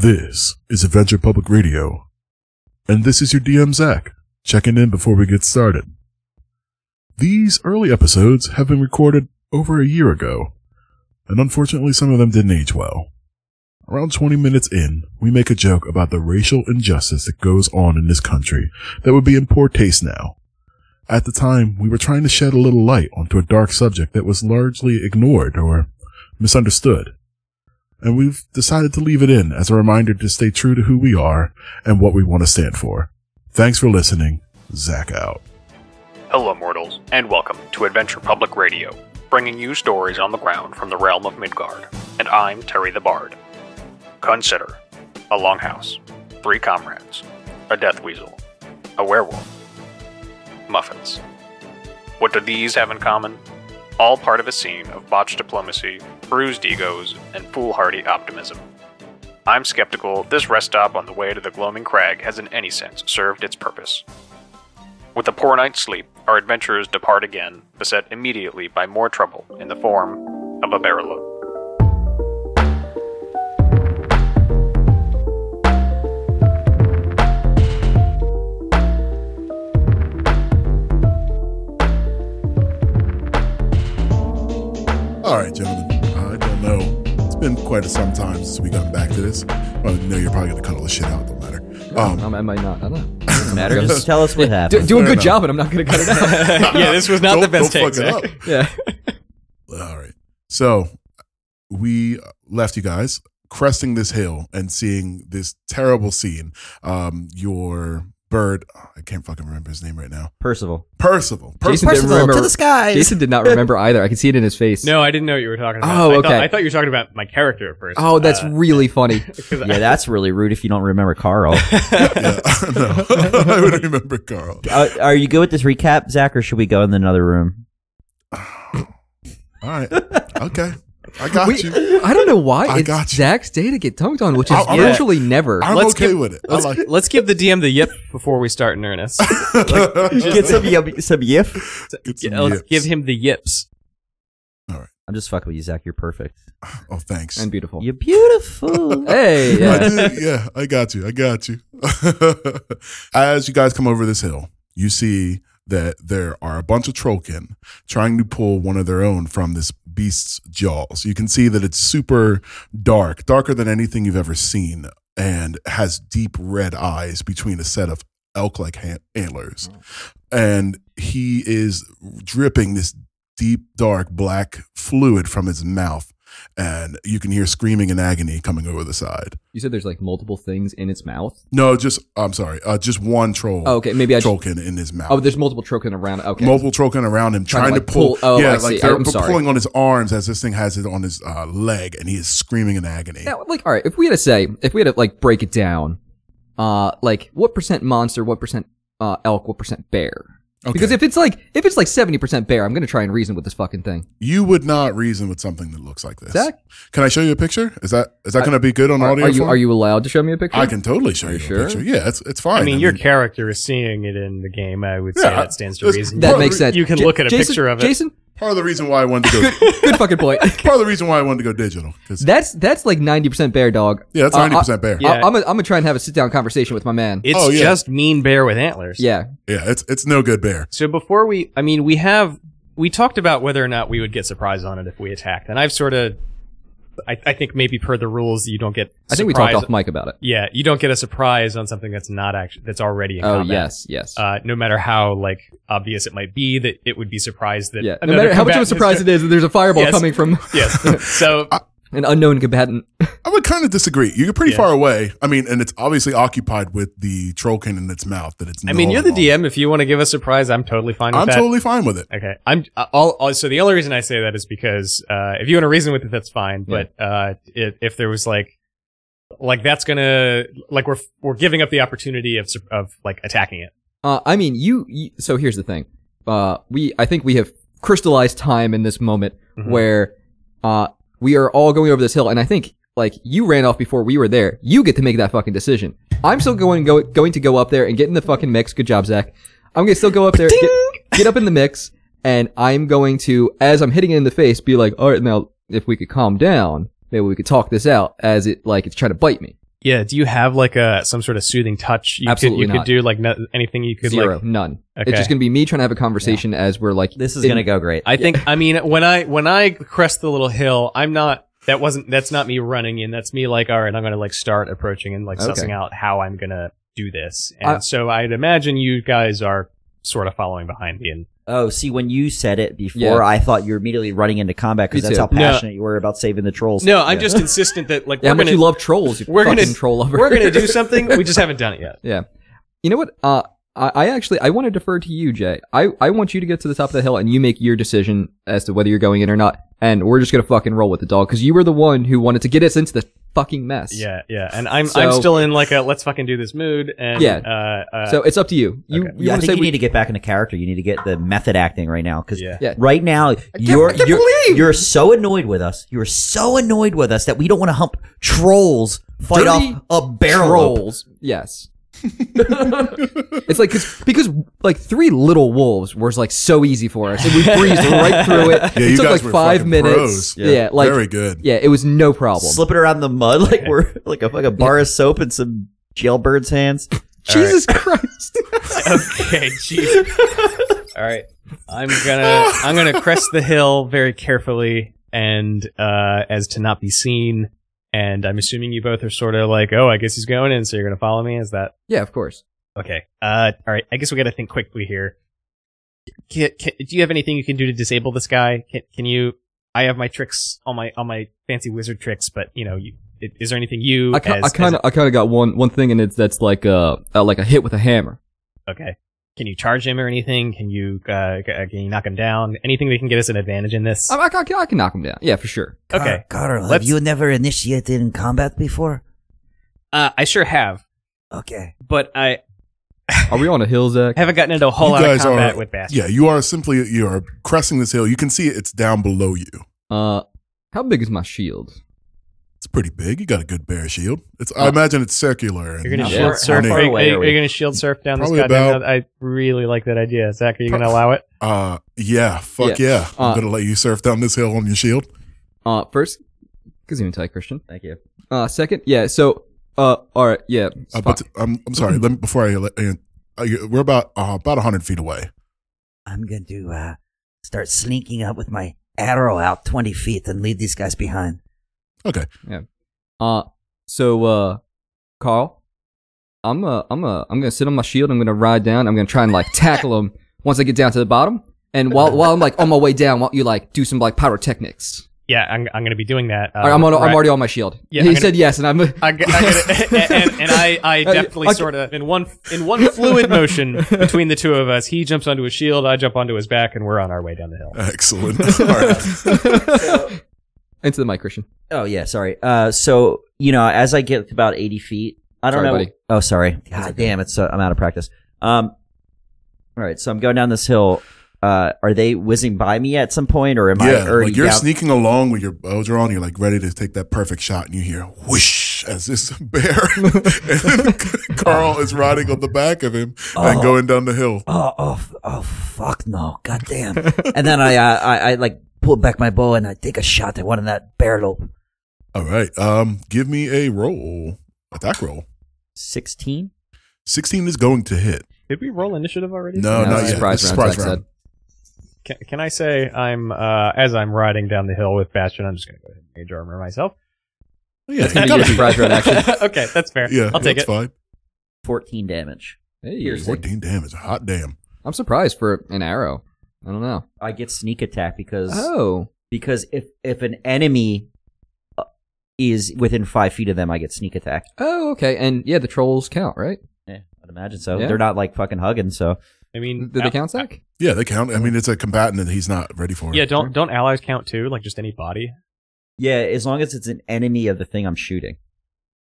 This is Adventure Public Radio, and this is your DM Zach, checking in before we get started. These early episodes have been recorded over a year ago, and unfortunately some of them didn't age well. Around 20 minutes in, we make a joke about the racial injustice that goes on in this country that would be in poor taste now. At the time, we were trying to shed a little light onto a dark subject that was largely ignored or misunderstood and we've decided to leave it in as a reminder to stay true to who we are and what we want to stand for. Thanks for listening. Zach out. Hello, mortals, and welcome to Adventure Public Radio, bringing you stories on the ground from the realm of Midgard. And I'm Terry the Bard. Consider a longhouse, three comrades, a death weasel, a werewolf, muffins. What do these have in common? All part of a scene of botched diplomacy, bruised egos, and foolhardy optimism. I'm skeptical this rest stop on the way to the gloaming crag has in any sense served its purpose. With a poor night's sleep, our adventurers depart again, beset immediately by more trouble in the form of a barrel. All right, gentlemen. I don't know. It's been quite a some time since we gotten back to this. Well, no, you're probably going to cut all the shit out. Don't matter. Um, Um, I might not. I don't know. Doesn't matter. Just Just tell us what do, happened. do a Fair good enough. job, and I'm not going to cut it out. yeah, this was not don't- the best don't take. fuck Zach. it yeah. up. All right. So we left you guys cresting this hill and seeing this terrible scene. Um, your bird, I can't fucking remember his name right now. Percival. Percival. Percival. Jason didn't remember. skies. Jason did not remember either. I could see it in his face. No, I didn't know what you were talking about. Oh, I thought- okay. I thought you were talking about my character at first. Oh, that's Uh, really funny. 'cause yeah, that's really rude if you don't remember Carl. yeah, no, I would remember Carl. uh, are you good with this recap, Zach, or should we go in another room? All right. Okay. I got We- you. I don't know why I it's got you. Zach's day to get tongued on, which is I- I'm- usually never. I'm Let's okay give- with it. I let's, like it. let's give the DM the yip before we start in earnest. Get some yip, some yip. It's Yeah, let's yips. give him the yips. I'm just fucking with you, Zach. You're perfect. Oh, thanks. and beautiful. You're beautiful. Hey, I yeah. did- yeah, I got you. I got you. As you guys come over this hill, you see that there are a bunch of trollkin trying to pull one of their own from this beast's jaws. You can see that it's super dark, darker than anything you've ever seen, and has deep red eyes between a set of elk-like han- antlers. And he is dripping this deep, dark black fluid from his mouth. And you can hear screaming and agony coming over the side. you said there's like multiple things in its mouth. No, just I'm sorry. Uh, just one troll. Oh, okay, maybe I. Just, trollkin in his mouth. oh, there's multiple trokin around. Okay, multiple trollkin around him, trying, Trying to, to like, pull. pull- oh, yeah, I like see. they're I'm sorry. pulling on his arms as this thing has it on his uh, leg, and he is screaming in agony. Now, like, all right, if we had to say, if we had to like break it down, uh, like what percent monster, what percent uh, elk, what percent bear? Okay. Because if it's like if it's like seventy percent bear, I'm gonna try and reason with this fucking thing. you would not reason with something that looks like this. Zach? can I show you a picture? Is that is that going to be good on Are, audio? are you form? are you allowed to show me a picture? I can totally show Are you, you a sure? picture. Yeah, it's it's fine. I mean, your character is seeing it in the game. I would say Yeah, that stands to that's- reason. That Well, makes sense. you can Ja- look at a Jason- picture of it. Jason, part of the reason why I wanted to go. good fucking point. part of the reason why I wanted to go digital because that's that's like ninety percent bear dog. yeah, that's Uh, ninety percent bear. I, Yeah. am gonna, I'm gonna try and have a sit down conversation with my man. It's Oh, yeah. just mean bear with antlers. yeah, Yeah, it's it's no good bear. So before we, I mean, we have we talked about whether or not we would get surprise on it if we attacked, and I've sort of, I, I think maybe per the rules you don't get. I think we surprise- talked off mic about it. Yeah, you don't get a surprise on something that's not actually that's already in Oh combat. yes, yes. Uh, no matter how like obvious it might be, that it would be surprised that yeah. No another matter how much of a combatant surprise it is, that there's a fireball Yes. coming from is- yes. So an unknown combatant. I would kind of disagree. You're pretty Yeah. far away. I mean, and it's obviously occupied with the trollkin in its mouth. That it's. I mean, you're the gnawing on. DM. If you want to give a surprise, I'm totally fine with I'm that. totally fine with it. okay. I'm uh, all, all. So the only reason I say that is because uh, if you want to reason with it, that's fine. Yeah. But uh, if, if there was like. Like that's gonna like we're we're giving up the opportunity of sur- of like attacking it. Uh, I mean, you, you. So here's the thing. Uh, we, I think we have crystallized time in this moment Mhm. where, uh, we are all going over this hill, and I think like you ran off before we were there. You get to make that fucking decision. I'm still going go, going to go up there and get in the fucking mix. Good job, Zach. I'm gonna still go up there, get, get up in the mix, and I'm going to, as I'm hitting it in the face, be like, all right, now if we could calm down, maybe we could talk this out as it like it's trying to bite me. Yeah. Do you have like a some sort of soothing touch? You could- Absolutely you could not. do like no, anything you could Zero, like. none. Okay. It's just gonna be me trying to have a conversation as we're like This is in- gonna go great. I think. I mean, when I when I crest the little hill, I'm not. That wasn't. That's not me running in. That's me like, all right, I'm gonna like start approaching and like Okay. sussing out how I'm gonna do this. And I- so I'd imagine you guys are sort of following behind me. And oh, see, when you said it before, Yeah. I thought you were immediately running into combat Me because that's too. how No. passionate you were about saving the trolls. no, I'm Yeah. just insistent that like Yeah, how we're much gonna you love trolls, you we're fucking gonna- troll lover. we're gonna do something. We just haven't done it yet. You know what? Uh, I, I actually I want to defer to you, Jay. I, I want you to get to the top of the hill and you make your decision as to whether you're going in or not. And we're just gonna fucking roll with the dog because you were the one who wanted to get us into the fucking mess. Yeah, yeah. And I'm So- I'm still in like a let's fucking do this mood. And Yeah. uh, uh, So it's up to you. You, yeah, you Okay. I want to think say you we- need to get back into character. You need to get the method acting right now because yeah. Yeah. right now you're can't you're, believe- you're so annoyed with us. You're so annoyed with us that we don't want to hump trolls fight Dirty off a barrel. rope. trolls. Yes. it's like 'cause- because like three little wolves was like so easy for us, and we breezed right through it. Yeah, it you took guys like were five fucking minutes. pros. Yeah. like Very good. yeah, it was no problem. Slip it around the mud like we're like a like a bar of soap and some jailbird's hands. Jesus Christ! okay, jeez. All right, I'm gonna I'm gonna crest the hill very carefully and uh, as to not be seen. And I'm assuming you both are sort of like, oh, I guess he's going in, so you're gonna follow me. Is that yeah, of course. okay? Uh, all right, I guess we gotta think quickly here. Can, can, do you have anything you can do to disable this guy? Can, can you? I have my tricks on my on my fancy wizard tricks, but you know, you, i- is there anything you? I, ki- as- I as kind of I kind of got one one thing, and it's that's like uh, uh like a hit with a hammer. Okay. Can you charge him or anything? Can you uh, c- uh, can you knock him down? Anything that can get us an advantage in this? I, I, ca- I can knock him down. Yeah, for sure. okay. Carl, Let's- you never initiated in combat before? Uh, I sure have, Okay. but I Are we on a hill, Zach? haven't gotten into a whole You lot of guys combat are- with Bass. Yeah, you are simply you are cresting this hill. You can see it, it's down below you. Uh, how big is my shield? It's pretty big. You got a good bear shield. It's I imagine it's circular. And You're gonna not shield sure. surf. on it. Are, far you- away are you- are are we? you gonna shield surf down this Probably goddamn? about- I really like that idea, Zach. Are you gonna Pro- allow it? Uh, yeah, fuck yeah. Uh, I'm gonna let you surf down this hill on your shield. Uh, first, because even tight Christian. Thank you. Uh, second, yeah. So, uh, all right, yeah. Uh, Spock. but I'm I'm sorry. let me, before I let uh, uh, we're about uh, about hundred feet away. I'm going to uh, start slinking up with my arrow out 20 feet and leave these guys behind. Uh, so uh, Carl, I'm uh, I'm uh, I'm gonna sit on my shield. I'm gonna ride down. I'm gonna try and like tackle him once I get down to the bottom. And while while I'm like on my way down, while you like do some like pyrotechnics. Yeah, I'm, I'm gonna be doing that. Uh, All right, I'm on, right. I'm already on my shield. Yeah, he I'm gonna- said yes, and I'm. I, g- I get it. and, and I, I Uh, definitely okay. sort of in one in one fluid motion between the two of us. He jumps onto his shield, I jump onto his back, and we're on our way down the hill. Excellent. All right. Into the mic, Christian. Oh yeah, sorry. Uh, so you know, as I get about eighty feet, I don't Sorry, know. buddy. Oh, sorry. God damn, it's uh, I'm out of practice. Um, all right, so I'm going down this hill. Uh, are they whizzing by me at some point, or am I Yeah, already like you're down- sneaking along with your bow drawn. You're like ready to take that perfect shot, and you hear whoosh as this bear and Carl is riding on the back of him and Oh. going down the hill. Oh, oh, f- oh, fuck no. God damn. and then I, uh, I, I like pull back my bow and I take a shot at one of that barrel. All right, um, give me a roll, attack roll. sixteen? Sixteen is going to hit. Did we roll initiative already? Oh, No, No, not it's yet. surprise It's a round, surprise Zach round. Can, can I say I'm uh, as I'm riding down the hill with Bastion? I'm just gonna go ahead and mage armor myself. Yeah, It's gonna be gotta your surprise round action. okay, that's fair. Yeah, I'll take that's it. Fine. Fourteen damage. Hey, Fourteen damage. Hot damn. I'm surprised for an arrow. I don't know. I get sneak attack because Oh, because if if an enemy uh, is within five feet of them, I get sneak attack. oh, okay, and yeah, the trolls count, right? Yeah, I'd imagine so. Yeah. They're not like fucking hugging, so I mean, uh, Did they al- count, Zach? Yeah, they count. I mean, it's a combatant that he's not ready for. Yeah, don't don't allies count too? Like just any body. yeah. As long as it's an enemy of the thing I'm shooting.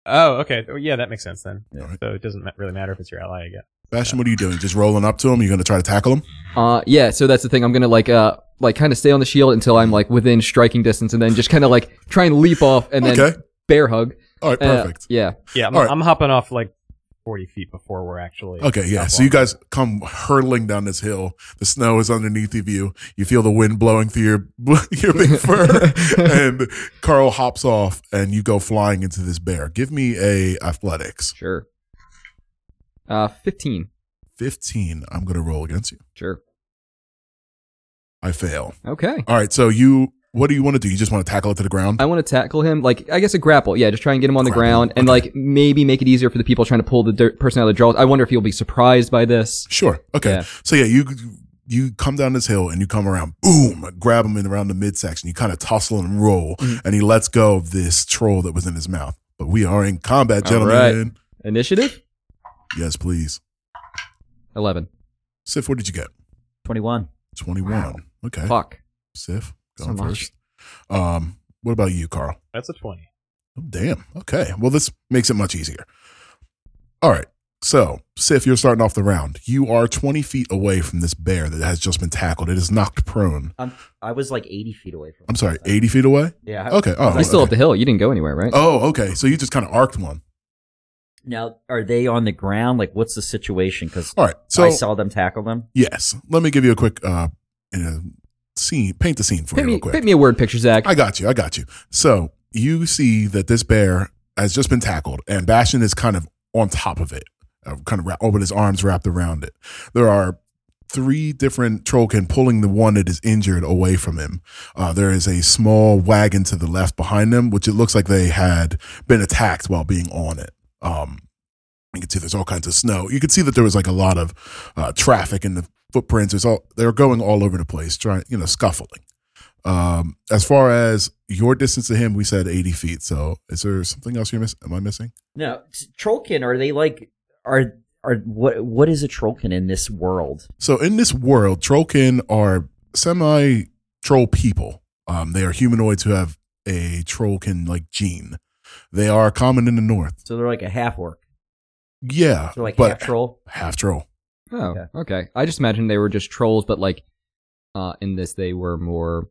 Oh, okay. Oh, yeah, that makes sense then. All right. So it doesn't ma- really matter if it's your ally, I guess. Bastion, what are you doing? Just rolling up to him? You're going to try to tackle him? Uh, yeah. So that's the thing. I'm gonna like uh like kind of stay on the shield until I'm like within striking distance, and then just kind of like try and leap off and then okay. bear hug. All right, Uh, perfect. yeah. Yeah, I'm, All right. I'm hopping off like 40 feet before we're actually. Okay, yeah. up So you on guys come hurtling down this hill. The snow is underneath of you. You feel the wind blowing through your your big fur, and Carl hops off, and you go flying into this bear. Give me a athletics Sure. Uh, 15. fifteen. I'm gonna roll against you. Sure. I fail. Okay. All right. So you, what do you want to do? You just want to tackle it to the ground? I want to tackle him, like, I guess a grapple. Yeah, just try and get him on the Grapple, ground and, like, maybe make it easier for the people trying to pull the dirt person out of the draws. I wonder if he'll be surprised by this. Sure. Okay. Yeah. So yeah, you you come down this hill and you come around, boom, grab him in around the midsection. You kind of tussle and roll, Mhm. and he lets go of this troll that was in his mouth. But we are in combat, All gentlemen. Initiative? Yes, please. 11. Sif, what did you get? 21. Twenty-one. Okay. Fuck. Sif, So going much. first. Um, what about you, Carl? That's a 20. Oh, damn. Okay. Well, this makes it much easier. All right. So, Sif, you're starting off the round. You are 20 feet away from this bear that has just been tackled. It is knocked prone. I'm, I was like 80 feet away from I'm sorry, 80 feet away? Yeah. Okay. Oh, I still up okay. the hill. You didn't go anywhere, right? Oh, okay. So you just kind of arced one. Now, are they on the ground? Like, what's the situation? Because All right. So, I saw them tackle them. yes. Let me give you a quick uh, uh, scene, paint the scene for Paint you real me, quick. paint me a word picture, Zach. I got you. I got you. So you see that this bear has just been tackled, and Bastion is kind of on top of it, uh, kind of wrap, oh, with his arms wrapped around it. There are three different trollkin pulling the one that is injured away from him. Uh, there is a small wagon to the left behind them, which it looks like they had been attacked while being on it. Um, you can see there's all kinds of snow. You can see that there was like a lot of uh, traffic in the footprints. There's all they're going all over the place, trying you know scuffling. Um, as far as your distance to him, we said 80 feet. So is there something else you're missing? Am I missing? No, t- trollkin. Are they like are are what what is a trollkin in this world? So in this world, trollkin are semi troll people. Um, they are humanoids who have a trollkin like gene. They are common in the north. So they're like a half orc. Yeah, So like but half troll. half troll. Oh, Yeah. okay. I just imagined they were just trolls, but like, uh, in this they were more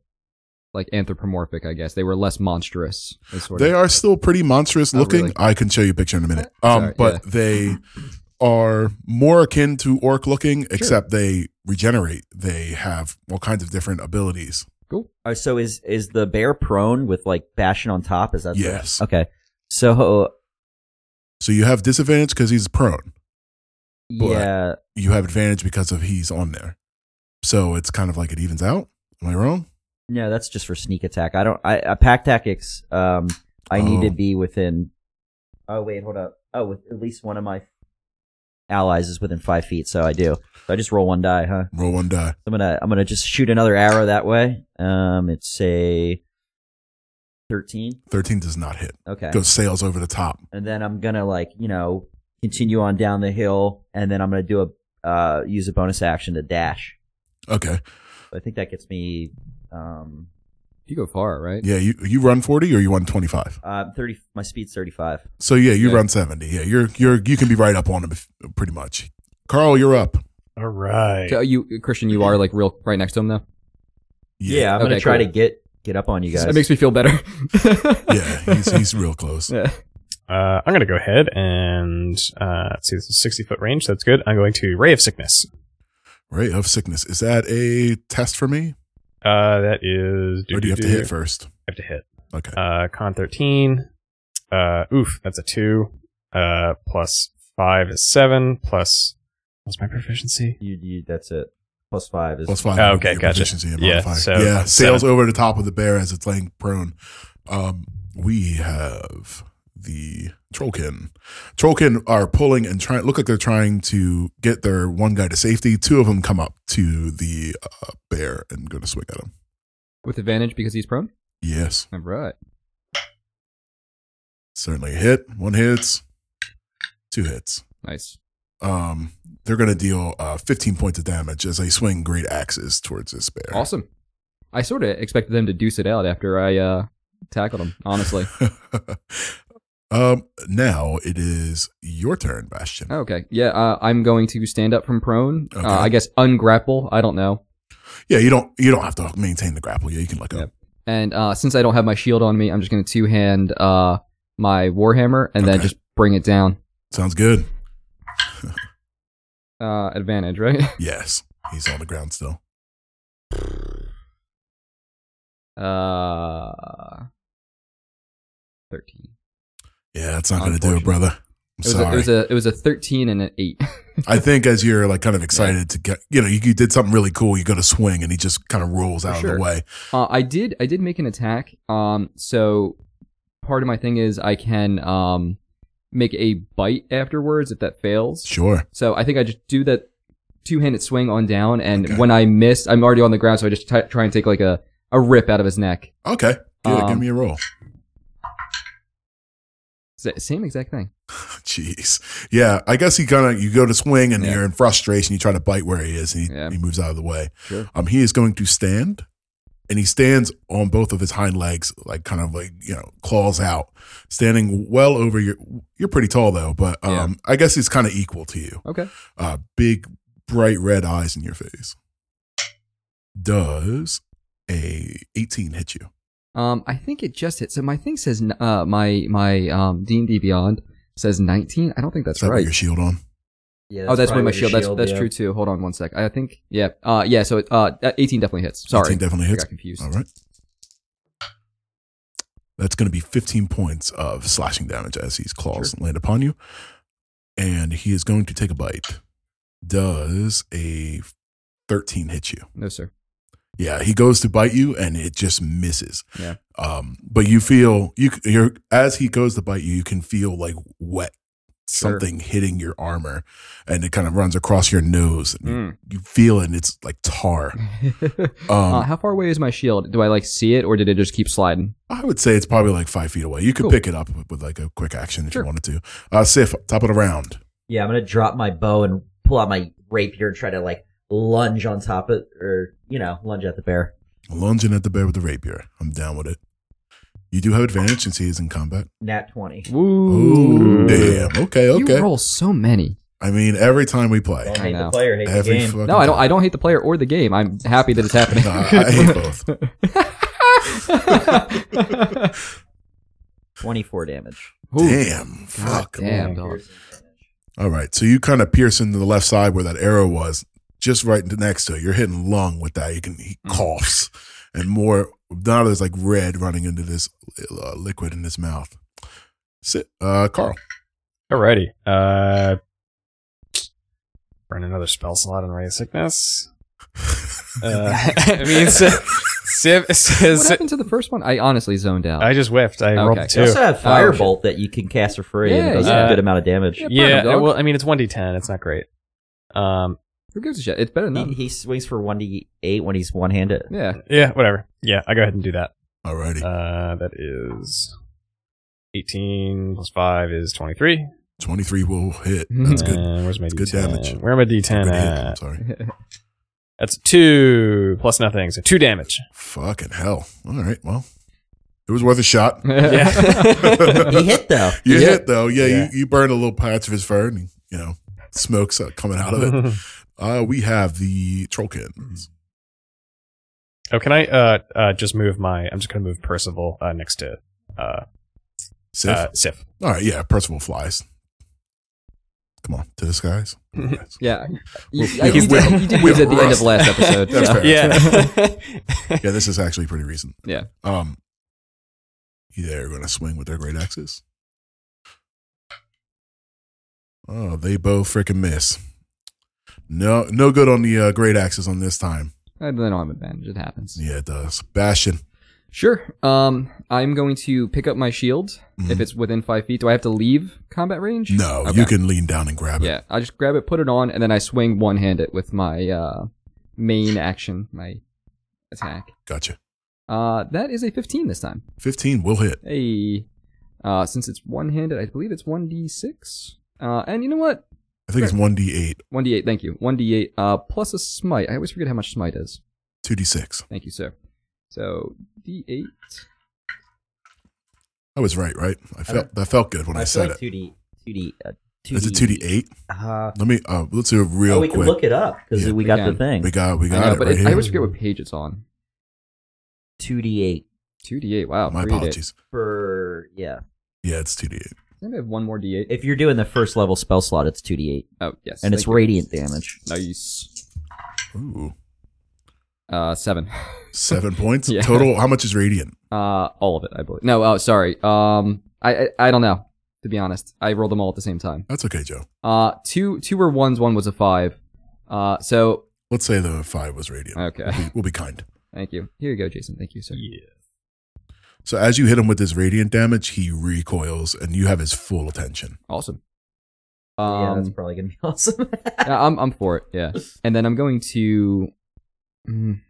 like anthropomorphic. I guess they were less monstrous. is Sort They of. are still pretty monstrous Oh, looking. really? I can show you a picture in a minute. Uh, Um, sorry, but yeah. they are more akin to orc looking, except they regenerate. They have all kinds of different abilities. Uh, so is is the bear prone with like bastion on top? Is that the- yes. okay? So So you have disadvantage because he's prone. Boy. yeah, You have advantage because of he's on there. So it's kind of like it evens out. Am I wrong? no, that's just for sneak attack. I don't. I, I pack tactics. Um, I need Oh. to be within. Oh wait, hold up. Oh, with at least one of my allies is within five feet. So I do. So I just roll one die, huh? Roll one die. I'm gonna I'm gonna just shoot another arrow that way. Um, it's a thirteen. Thirteen does not hit. Okay, Goes sails over the top. and then I'm gonna like you know continue on down the hill, and then I'm gonna do a uh, use a bonus action to dash. Okay. So I think that gets me um You go far, right? Yeah, you, you run forty or you run twenty five. uh, thirty. My speed's thirty five. So yeah, you Okay. run seventy. Yeah, you're you're you can be right up on him if, pretty much. Carl, you're up. All right. So you, Christian, you are like real right next to him though. Yeah, I'm Okay, gonna try cool. to get get up on you guys. It makes me feel better. Yeah, he's, he's real close. Yeah. Uh, I'm going to go ahead and uh, let's see, this is 60 foot range. That's good. I'm going to Ray of Sickness. Ray of sickness. Is that a test for me? Uh, that is. Or do you have to hit first? I have to hit. Okay. Uh, con 13. Uh, oof, that's a 2. Uh, plus 5 is 7. Plus, what's my proficiency? you, you, that's it. Plus five is Plus five. Oh, would be okay, your gotcha. proficiency and Yeah, modifier. so yeah, sails seven. over the top of the bear as it's laying prone. Um, we have the trollkin. Trollkin are pulling and trying. Look like they're trying to get their one guy to safety. Two of them come up to the uh, bear and go to swing at him. With advantage because he's prone. Yes, All right. certainly a hit. One hits, two hits. Nice. Um, they're going to deal uh, 15 points of damage as they swing great axes towards this bear. Awesome. I sort of expected them to deuce it out after I uh, tackled him. Honestly. um, now it is your turn, Bastion. Okay. Yeah. Uh, I'm going to stand up from prone. Okay. Uh, I guess ungrapple. I don't know. Yeah, you don't you don't have to maintain the grapple. Yeah, you can let go. Yep. And uh, since I don't have my shield on me, I'm just going to two hand uh, my warhammer and then Okay. just bring it down. Sounds good. uh, advantage, right? Yes, he's on the ground still. Uh, thirteen. Yeah, it's not going to do it, Unfortunate. brother. I'm It was, sorry. A, it was a it was a thirteen and an eight. I think as you're like kind of excited to get, you know, you, you did something really cool. You go to swing, and he just kind of rolls out of sure. the way. Uh, I did I did make an attack. Um, so part of my thing is I can um make a bite afterwards if that fails. Sure. So I think I just do that two-handed swing on down, and Okay. when I miss, I'm already on the ground, so I just t- try and take like a, a rip out of his neck. Okay. Good. Um, give me a roll. Sa- Same exact thing. Jeez. Yeah, I guess he kind of you go to swing and Yeah. you're in frustration. You try to bite where he is, and he, Yeah. he moves out of the way. Sure. Um, he is going to stand, and he stands on both of his hind legs, like kind of like you know claws out, standing well over your. You're pretty tall though, but um, Yeah. I guess he's kind of equal to you. Okay. Uh, big, bright red eyes in your face. Does a 18 hit you? Um, I think it just hit. So my thing says, n- uh, my my um D and D Beyond says 19. I don't think that's Is that with right. your shield on? Yeah, oh, that's probably with my your shield. That's that's yeah. true too. Hold on one sec. I think yeah. Uh, yeah. So it, uh, that 18 definitely hits. Sorry, 18 definitely I hits. got confused. All right. That's going to be 15 points of slashing damage as his claws land upon you. And he is going to take a bite. Does a 13 hit you? No sir. Yeah, he goes to bite you and it just misses. Yeah. Um, but you feel you c- you're as he goes to bite you, you can feel like wet Sure. something hitting your armor and it kind of runs across your nose and Mm. you feel it and it's like tar. Um, uh, how far away is my shield? Do I like see it, or did it just keep sliding? I would say it's probably like five feet away. You could Cool. pick it up with, with like a quick action if Sure. you wanted to. Uh, Sif, top of the round. Yeah, I'm gonna drop my bow and pull out my rapier and try to like lunge on top of or you know lunge at the bear. Lunging at the bear with the rapier. I'm down with it. You do have advantage since he is in combat. Nat twenty. Oh, damn. Okay, okay. You roll so many. I mean, every time we play, Don't I hate know. the player, hate the every game. fucking No, I don't. time. I don't hate the player or the game. I'm happy that it's happening. No, I, I hate both. Twenty-four damage. Ooh, Damn. Fuck. damn, dog. All right. So you kind of pierce into the left side where that arrow was, just right next to it. You're hitting lung with that. You can he Mm-hmm. coughs and more. Now there's like red running into this uh, liquid in his mouth. Sit, uh, Carl. Alrighty. Uh, burn another spell slot on Ray of Sickness. Uh, I mean, it's, Siv What says happened to the first one? I honestly zoned out. I just whiffed. I rolled Okay. a You two. also have firebolt that you can cast for free and Oh, Yeah, it does yeah. a good amount of damage. Yeah, yeah. Burn 'em, dog. Well, I mean, it's one d10. It's not great. Um. Who gives a shit? It's better than He, nothing. he swings for one d eight when he's one-handed. Yeah. Yeah. Whatever. Yeah. I go ahead and do that. All righty. Uh, that is eighteen plus five is twenty-three. 23 will hit. mm-hmm. That's good. And Uh, where's my That's d10? good damage. Where am I Good d10 hit. at? I'm sorry. That's two plus nothing, so two damage. Fucking hell. All right. Well, it was worth a shot. he hit though. You Yeah. hit though. Yeah, Yeah. You, you burned a little patch of his fur and, you know, smoke's uh, coming out of it. Mm-hmm. Uh, we have the Trollkins. Uh, oh, can I uh, uh, just move my? I'm just gonna move Percival uh, next to uh, Sif. uh, Sif. All right, yeah, Percival flies. Come on, to the skies. Guys. Yeah. You, We'll- I- you we'll- did, you did we'll lose at the end of rust. last episode. That's so. fair. Yeah. Yeah, this is actually pretty recent. Yeah. Um, they're going to swing with their great axes. Oh, they both freaking miss. No, no good on the uh, great axes on this time. I don't have advantage. It happens. Yeah, it does. Bastion. Sure. Um, I'm going to pick up my shield if Mhm. it's within five feet. Do I have to leave combat range? No, Okay. you can lean down and grab it. Yeah, I just grab it, put it on, and then I swing one handed with my uh, main action, my attack. Gotcha. Uh, that is a 15 this time. Fifteen will hit. Hey, uh, since it's one handed, I believe it's 1d6. Uh, and you know what? I think it's one d eight, 1d8, thank you. 1d8 uh, plus a smite. I always forget how much smite is. two d six. Thank you, sir. So, d8. I was right, right? I felt that felt good when I, I feel said like it. two d two d uh, two d. Is it two d eight? Uh, Let me. Uh, let's do it real oh, we quick. can look it up because Yeah. we got can. the thing. We got we I got know, it but right it, here. I always forget what page it's on. Two d eight 2d8, wow. My read it. apologies. for yeah. Yeah, it's two D eight. I may have one more D8. If you're doing the first level spell slot, it's 2d8. oh, yes. And it's thank radiant damage. you. Nice. Ooh. Uh, seven. Seven points Yeah. total. How much is radiant? Uh, all of it, I believe. No, oh, sorry. Um, I, I, I don't know, to be honest. I rolled them all at the same time. That's okay, Joe. Uh, two, two were ones, one was a five. Uh, so, Let's say the five was radiant. okay. We- We'll be kind. Thank you. Here you go, Jason. Thank you, sir. So as you hit him with this radiant damage, he recoils, and you have his full attention. Awesome. yeah, Um, that's probably going to be awesome. yeah, I'm, I'm for it. Yeah. And then I'm going to mm,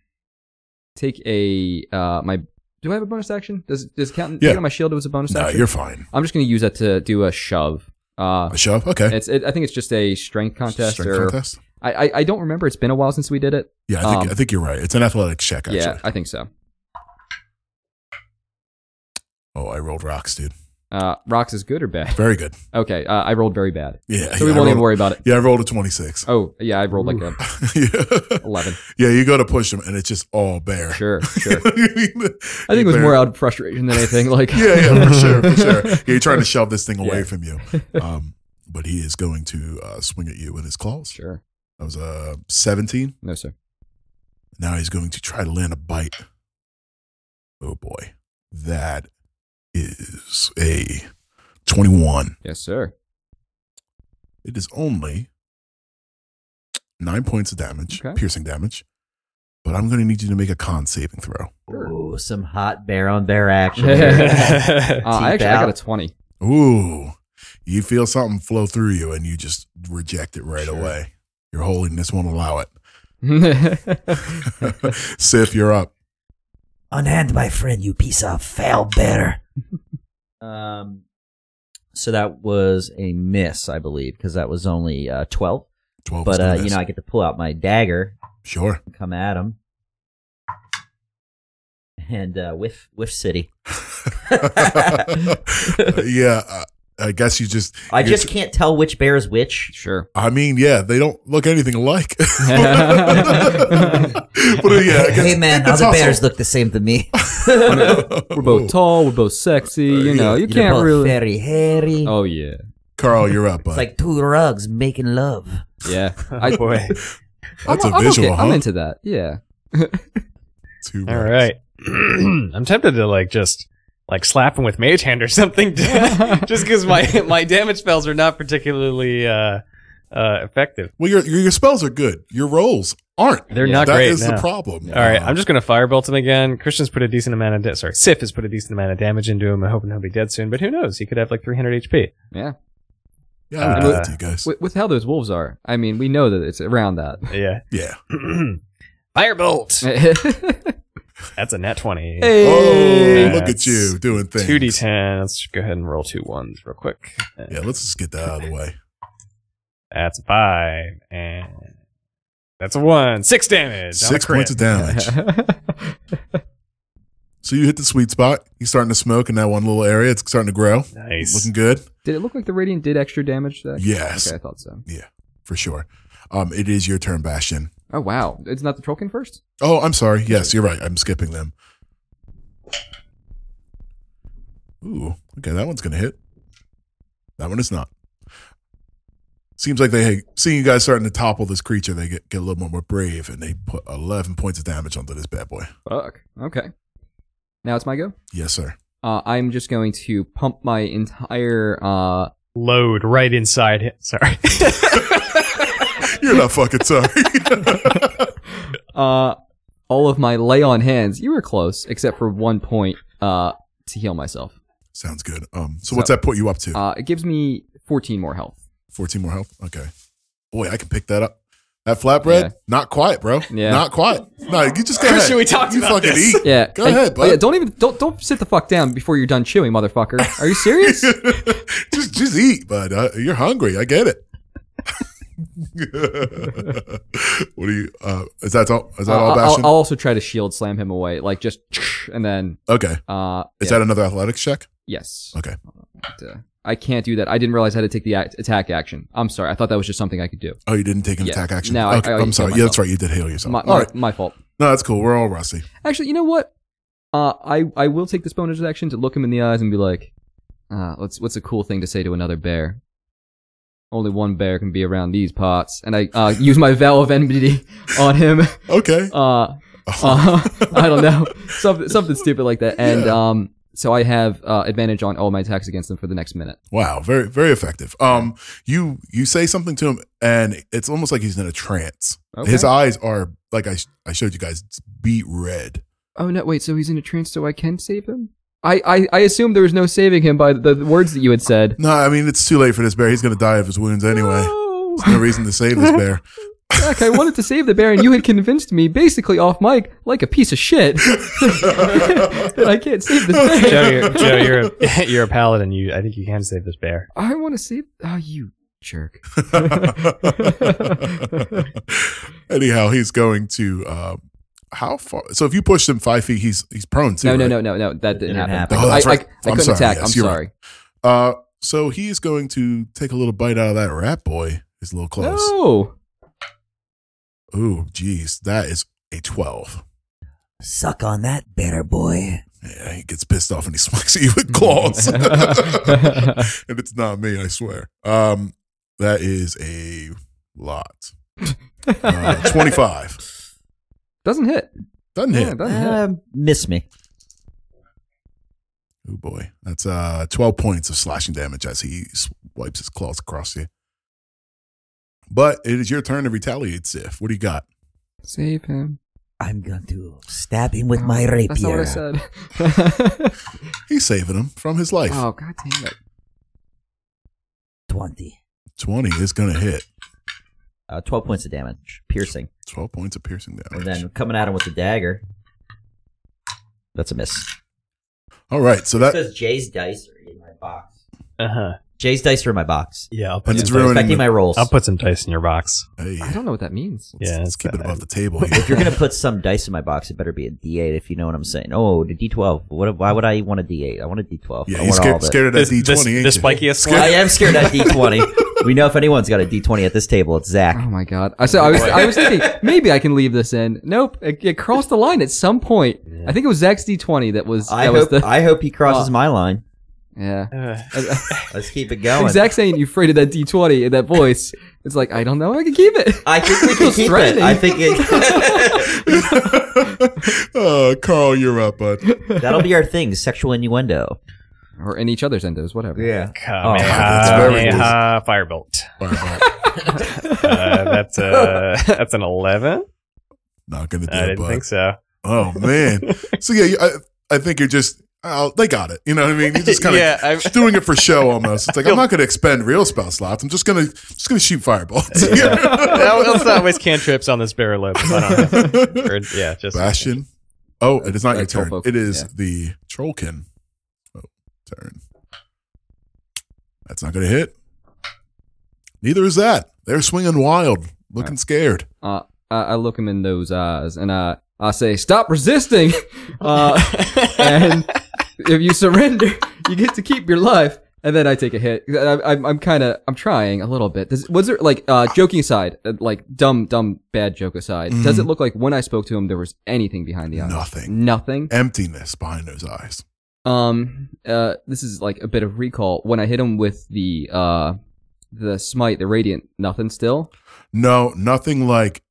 take a, uh, my, do I have a bonus action? Does, does count, Yeah. taking out my shield was a bonus No, action? you're fine. I'm just going to use that to do a shove. Uh, A shove. Okay. it's, it, I think it's just a strength contest Strength or contest. I, I, I don't remember. It's been a while since we did it. Yeah, I think Um, I think you're right. It's an athletics check. Actually. Yeah, I think so. Oh, I rolled rocks, dude. Uh, rocks is good or bad? Very good. Okay, uh, I rolled very bad, Yeah. yeah, I so we won't rolled, even worry about it. Yeah, I rolled a 26. Oh yeah, I rolled like a yeah. eleven. yeah, you go to push him, and it's just all bear. Sure, sure. I think I think it was more out of frustration than anything. Like Yeah, yeah, for sure, for sure. Yeah, you're trying to shove this thing away Yeah. from you. Um, but he is going to uh, swing at you with his claws. sure. That was uh, 17. No sir. Now he's going to try to land a bite. Oh boy. That is a 21. Yes sir. It is only nine points of damage, Okay. piercing damage. But I'm going to need you to make a con saving throw. Ooh, some hot bear on bear action. Uh, I Teeth actually I out. got a twenty. Ooh. You feel something flow through you and you just reject it right away. Your holiness won't allow it. Sif, you're up. Unhand my friend, you piece of foul bear. um, so that was a miss, I believe, because that was only uh, 12. 12 is But, gonna uh, you miss. know, I get to pull out my dagger sure. and come at him. And uh, whiff, whiff city. yeah, uh, I guess you just. I you're just can't tell which bear is which. sure. I mean, yeah, they don't look anything alike. but uh, yeah, I guess Hey man, all it's the also- bears look the same to me. We're both tall. We're both sexy. Uh, You know, you They're can't both really. very hairy. Oh yeah, Carl, you're up, bud. It's like two rugs making love. yeah. I, boy. That's I'm, a I'm visual, okay. huh? I'm into that. Yeah. Two All words. right. I'm tempted to like just like slap him with mage hand or something, just because my my damage spells are not particularly uh, uh, effective. Well, your, your your spells are good. Your rolls aren't. They're Yeah, not That great. is no. the problem. Uh, All right, I'm just gonna firebolt him again. Christian's put a decent amount of da- sorry, Sif has put a decent amount of damage into him. I'm hoping he'll be dead soon, but who knows? He could have like 300 HP. Yeah, I would do uh, that to you guys. With, with how those wolves are, I mean, we know that it's around Yeah. yeah. Firebolt. that. That's a net 20. Oh, Yeah, look at it's you doing things. 2d10. Let's go ahead and roll two ones real quick. Yeah, let's just get that out of the way. That's a five, and that's a one. Six damage. on a Six crit. points of damage. So you hit the sweet spot. He's starting to smoke in that one little area. It's starting to grow. Nice. Looking good. Did it look like the radiant did extra damage? That Yes, Okay, I thought so. for sure. Um, it is your turn, Bastion. Oh wow, it's not the Trollkin first. Oh, I'm sorry. Yes, you're right. I'm skipping them. Ooh, okay, that one's gonna hit. That one is not. Seems like they seeing you guys starting to topple this creature, they get, get a little more, more brave and they put eleven points of damage onto this bad boy. Fuck. Okay. Now it's my go. Yes, sir. Uh, I'm just going to pump my entire. Uh, Load right inside him. Sorry. You're not fucking sorry. uh, all of my lay on hands. You were close, except for one point. Uh, to heal myself. Sounds good. Um so, So- what's that put you up to? Uh, it gives me 14 more health. Fourteen more health? Okay. Boy, I can pick that up. That flatbread, Yeah. not quiet, bro. Yeah. Not quiet. No, you just go Christian, ahead. we talked you about fucking this. eat. Yeah. Go ahead, oh, yeah, bud. Don't even don't don't sit the fuck down before you're done chewing, motherfucker. Are you serious? just just eat, bud. Uh, you're hungry. I get it. what do you? Uh, is that all? Is that Uh, all, I'll, Bastion? I'll also try to shield slam him away, like just and then. okay. Uh, Is yeah. that another athletics check? Yes. Okay. But, uh, I can't do that. I didn't realize how to take the act- attack action. I'm sorry. I thought that was just something I could do. Oh, you didn't take an Yeah. attack action. No, I- okay, I am already sorry. killed Yeah, that's myself. right. You did heal yourself. My, all my, right. my fault. No, that's cool. We're all rusty. Actually, you know what? Uh, I I will take this bonus action to look him in the eyes and be like, uh, what's what's a cool thing to say to another bear? Only one bear can be around these parts, and I uh, use my vow of enmity on him. Okay. Uh, uh, I don't know, something something stupid like that. And um, so I have uh, advantage on all my attacks against them for the next minute. Wow, very very effective. Um, you you say something to him, and it's almost like he's in a trance. Okay. His eyes are like I I showed you guys beat red. Oh no! Wait, so he's in a trance, so I can save him? I I, I assumed there was no saving him by the, the words that you had said. No, I mean it's too late for this bear. He's gonna die of his wounds anyway. No. There's no reason to save this bear. Jack, I wanted to save the bear, and you had convinced me, basically off mic, like a piece of shit, that I can't save this bear. Joe, you're, Joe, you're a you're a paladin. You, I think you can save this bear. I want to save. Oh, you jerk! Anyhow, he's going to uh, how far? So if you push him five feet, he's he's prone to No, no, right? no, no, no. That didn't, Didn't happen. happen. Oh, that's I, right. I, I I'm sorry. couldn't attack. Yes, I'm you're sorry. Uh, so he is going to take a little bite out of that rat boy. He's a little close. No. Ooh, geez, that is a twelve. Suck on that, better boy. Yeah, he gets pissed off and he smacks you with claws. and it's not me, I swear. Um, that is a lot. Uh, Twenty-five Doesn't hit. doesn't Yeah, hit. doesn't Uh, hit. Um, miss me. Oh boy, that's uh twelve points of slashing damage as he s- wipes his claws across you. But it is your turn to retaliate, Sif. What do you got? Save him. I'm going to stab him with my rapier. That's not what I said. He's saving him from his life. oh god damn it! 20. Twenty is gonna hit. Uh, Twelve points of damage, piercing, Twelve points of piercing and damage. then coming at him with the dagger. That's a miss. All right, so It that says Jay's dice are in my box. Uh huh. Jay's dice are in my box. Yeah, I'll and put, it's some, dice- ruining. Affecting The, my rolls. I'll put some dice in your box. hey, I don't know what that means. Yeah, let's it's keep it bad. above the table here. if you're gonna put some dice in my box, it better be a D8. If you know what I'm saying. Oh, the D12. What? Why would I want a D8? I want a D12. Yeah, I he's want all of scared, it. scared of that This, D this, twenty. this spikiest I one. am scared at D20. we know if anyone's got a D20 at this table, it's Zach. Oh my god! I so I was I was thinking maybe I can leave this in. Nope, it, it crossed the line at some point. I think it was Zach's D twenty that was I that was hope the I hope he crosses Oh. my line. yeah. Oh, Let's keep it going. Zach saying you freighted that D twenty in that voice. It's like I don't know. I can keep it. I think we can Feels keep it. threatening. I think it, oh, Carl, you're up, bud. that'll be our thing. Sexual innuendo. or in each other's endos, whatever. Yeah. Kamehameha, that's very good. firebolt. All right, Uh, that's uh, that's an eleven. not gonna do I it, didn't bud. think so. Oh man. so yeah, you- I, I think you're just. Oh, they got it. You know what I mean? You're just kind of yeah, I'm, doing it for show almost. It's like I'm not going to expend real spell slots. I'm just going to just going to shoot fireballs. That- let's not waste cantrips on this bear lip. I don't know. Or, yeah, just Bastion. Oh, it is not your That's all, turn. folks. It is Yeah. the trollkin. Oh, turn. That's not going to hit. Neither is that. They're swinging wild, looking scared. Uh, I, I look him in those eyes and I I say, stop resisting. Uh, and if you surrender, you get to keep your life. And then I take a hit. I, I, I'm kind of I'm trying a little bit. Does, was there like uh, joking aside, uh, like dumb dumb bad joke aside? Does it look like when I spoke to him there was anything behind the eyes? Nothing. Nothing. Emptiness behind those eyes. Um, uh, this is like a bit of recall. When I hit him with the uh, the smite, the radiant, nothing still. No, nothing like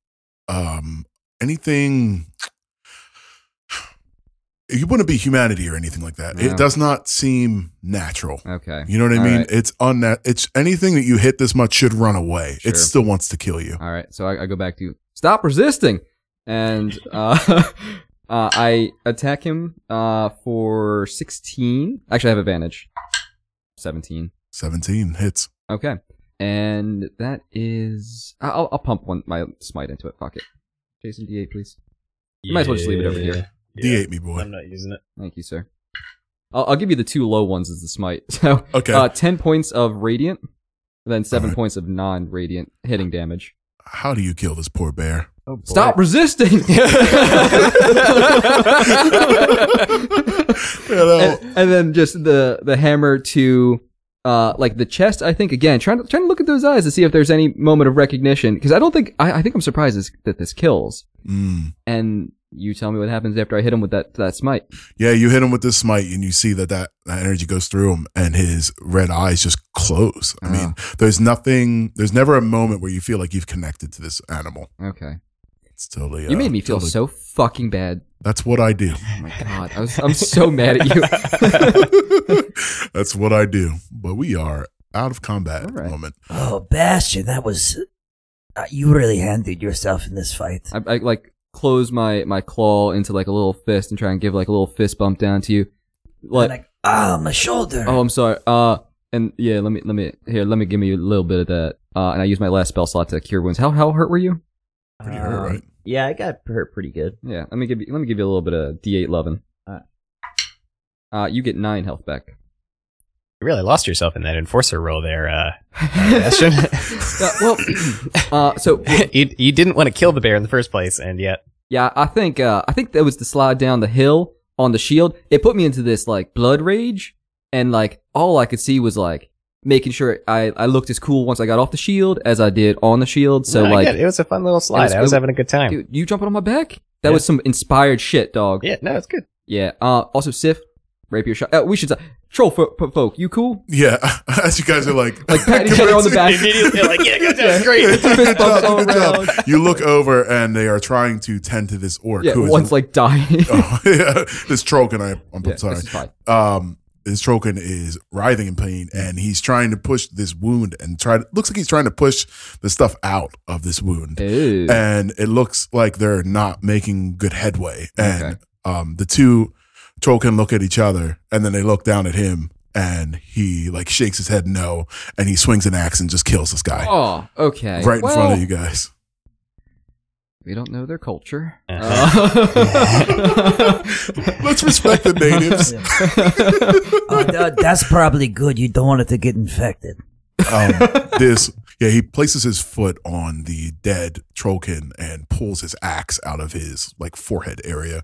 um anything you wouldn't be humanity or anything like that. No. It does not seem natural. Okay. You know what I All mean? right. It's on that. It's anything that you hit this much should run away. Sure. It still wants to kill you. All right. So I, I go back to stop resisting, and uh, uh, I attack him uh for sixteen. Actually, I have advantage. Seventeen. Seventeen hits. Okay. And that is. I- I'll, I'll pump one my smite into it. Fuck it. Jason D8, please. You might as well just leave it over here. D eight me boy. I'm not using it. Thank you, sir. I'll, I'll give you the two low ones as the smite. So Okay. Uh, 10 points of radiant, and then 7 Alright. points of non radiant hitting damage. How do you kill this poor bear? Stop resisting! and, You know, and then just the, the hammer to. Uh, like the chest, I think again, trying to trying to look at those eyes to see if there's any moment of recognition, because I don't think I, I think I'm surprised this, that this kills, mm, and You tell me what happens after I hit him with that that smite. Yeah, you hit him with this smite, and you see that that, that energy goes through him, and his red eyes just close. I mean, there's nothing. There's never a moment where you feel like you've connected to this animal. Okay. It's totally. you uh, made me feel totally- so fucking bad. That's what I do. Oh my god, I was, I'm so mad at you. That's what I do. But we are out of combat at the Alright. moment. Oh, Bastion, that was. Uh, you really handled yourself in this fight. I, I like close my my claw into like a little fist and try and give like a little fist bump down to you. Like, like, ah, my shoulder. oh, I'm sorry. Uh, and yeah, let me let me here. Let me give me a little bit of that. Uh, and I use my last spell slot to cure wounds. How how hurt were you? Pretty Um, hurt, right? Yeah, I got hurt pretty good. Yeah, let me give you let me give you a little bit of D8 loving. Alright. Uh, you get nine health back. You really lost yourself in that enforcer role there, uh, Bastion. Uh, well, uh, so you, you didn't want to kill the bear in the first place, and yet Yeah, I think uh, I think that was the slide down the hill on the shield. It put me into this like blood rage, and like all I could see was like making sure I, I looked as cool once I got off the shield as I did on the shield. So No, I like, get it. it was a fun little slide. was- I was it- having a good time. dude, you jumping on my back? That Yeah. was some inspired shit, dog. yeah, no, it's good. Yeah. Uh, also, Sif, rapier shot. Uh, we should troll fo- fo- folk. You cool? Yeah, as you guys are like Like pat each other on the back. Immediately, like, yeah, good time, it's great. Fist bumps all Good job. around. You look over and they are trying to tend to this orc. Yeah, who is- one's like dying. oh, yeah, this trollkin. I, I'm yeah, sorry. This is fine. Um, this trollkin is writhing in pain and he's trying to push this wound and try. To, looks like he's trying to push the stuff out of this wound. Ew. and it looks like they're not making good headway. And Okay. um, the two troll can look at each other, and then they look down at him, and he like shakes his head no, and he swings an axe and just kills this guy Oh, okay. right in well, front of you guys. We don't know their culture. Uh-huh. Uh, Let's respect the natives. Oh, tha- that's probably good. You don't want it to get infected. Um, this. Yeah, he places his foot on the dead trollkin and pulls his axe out of his like forehead area,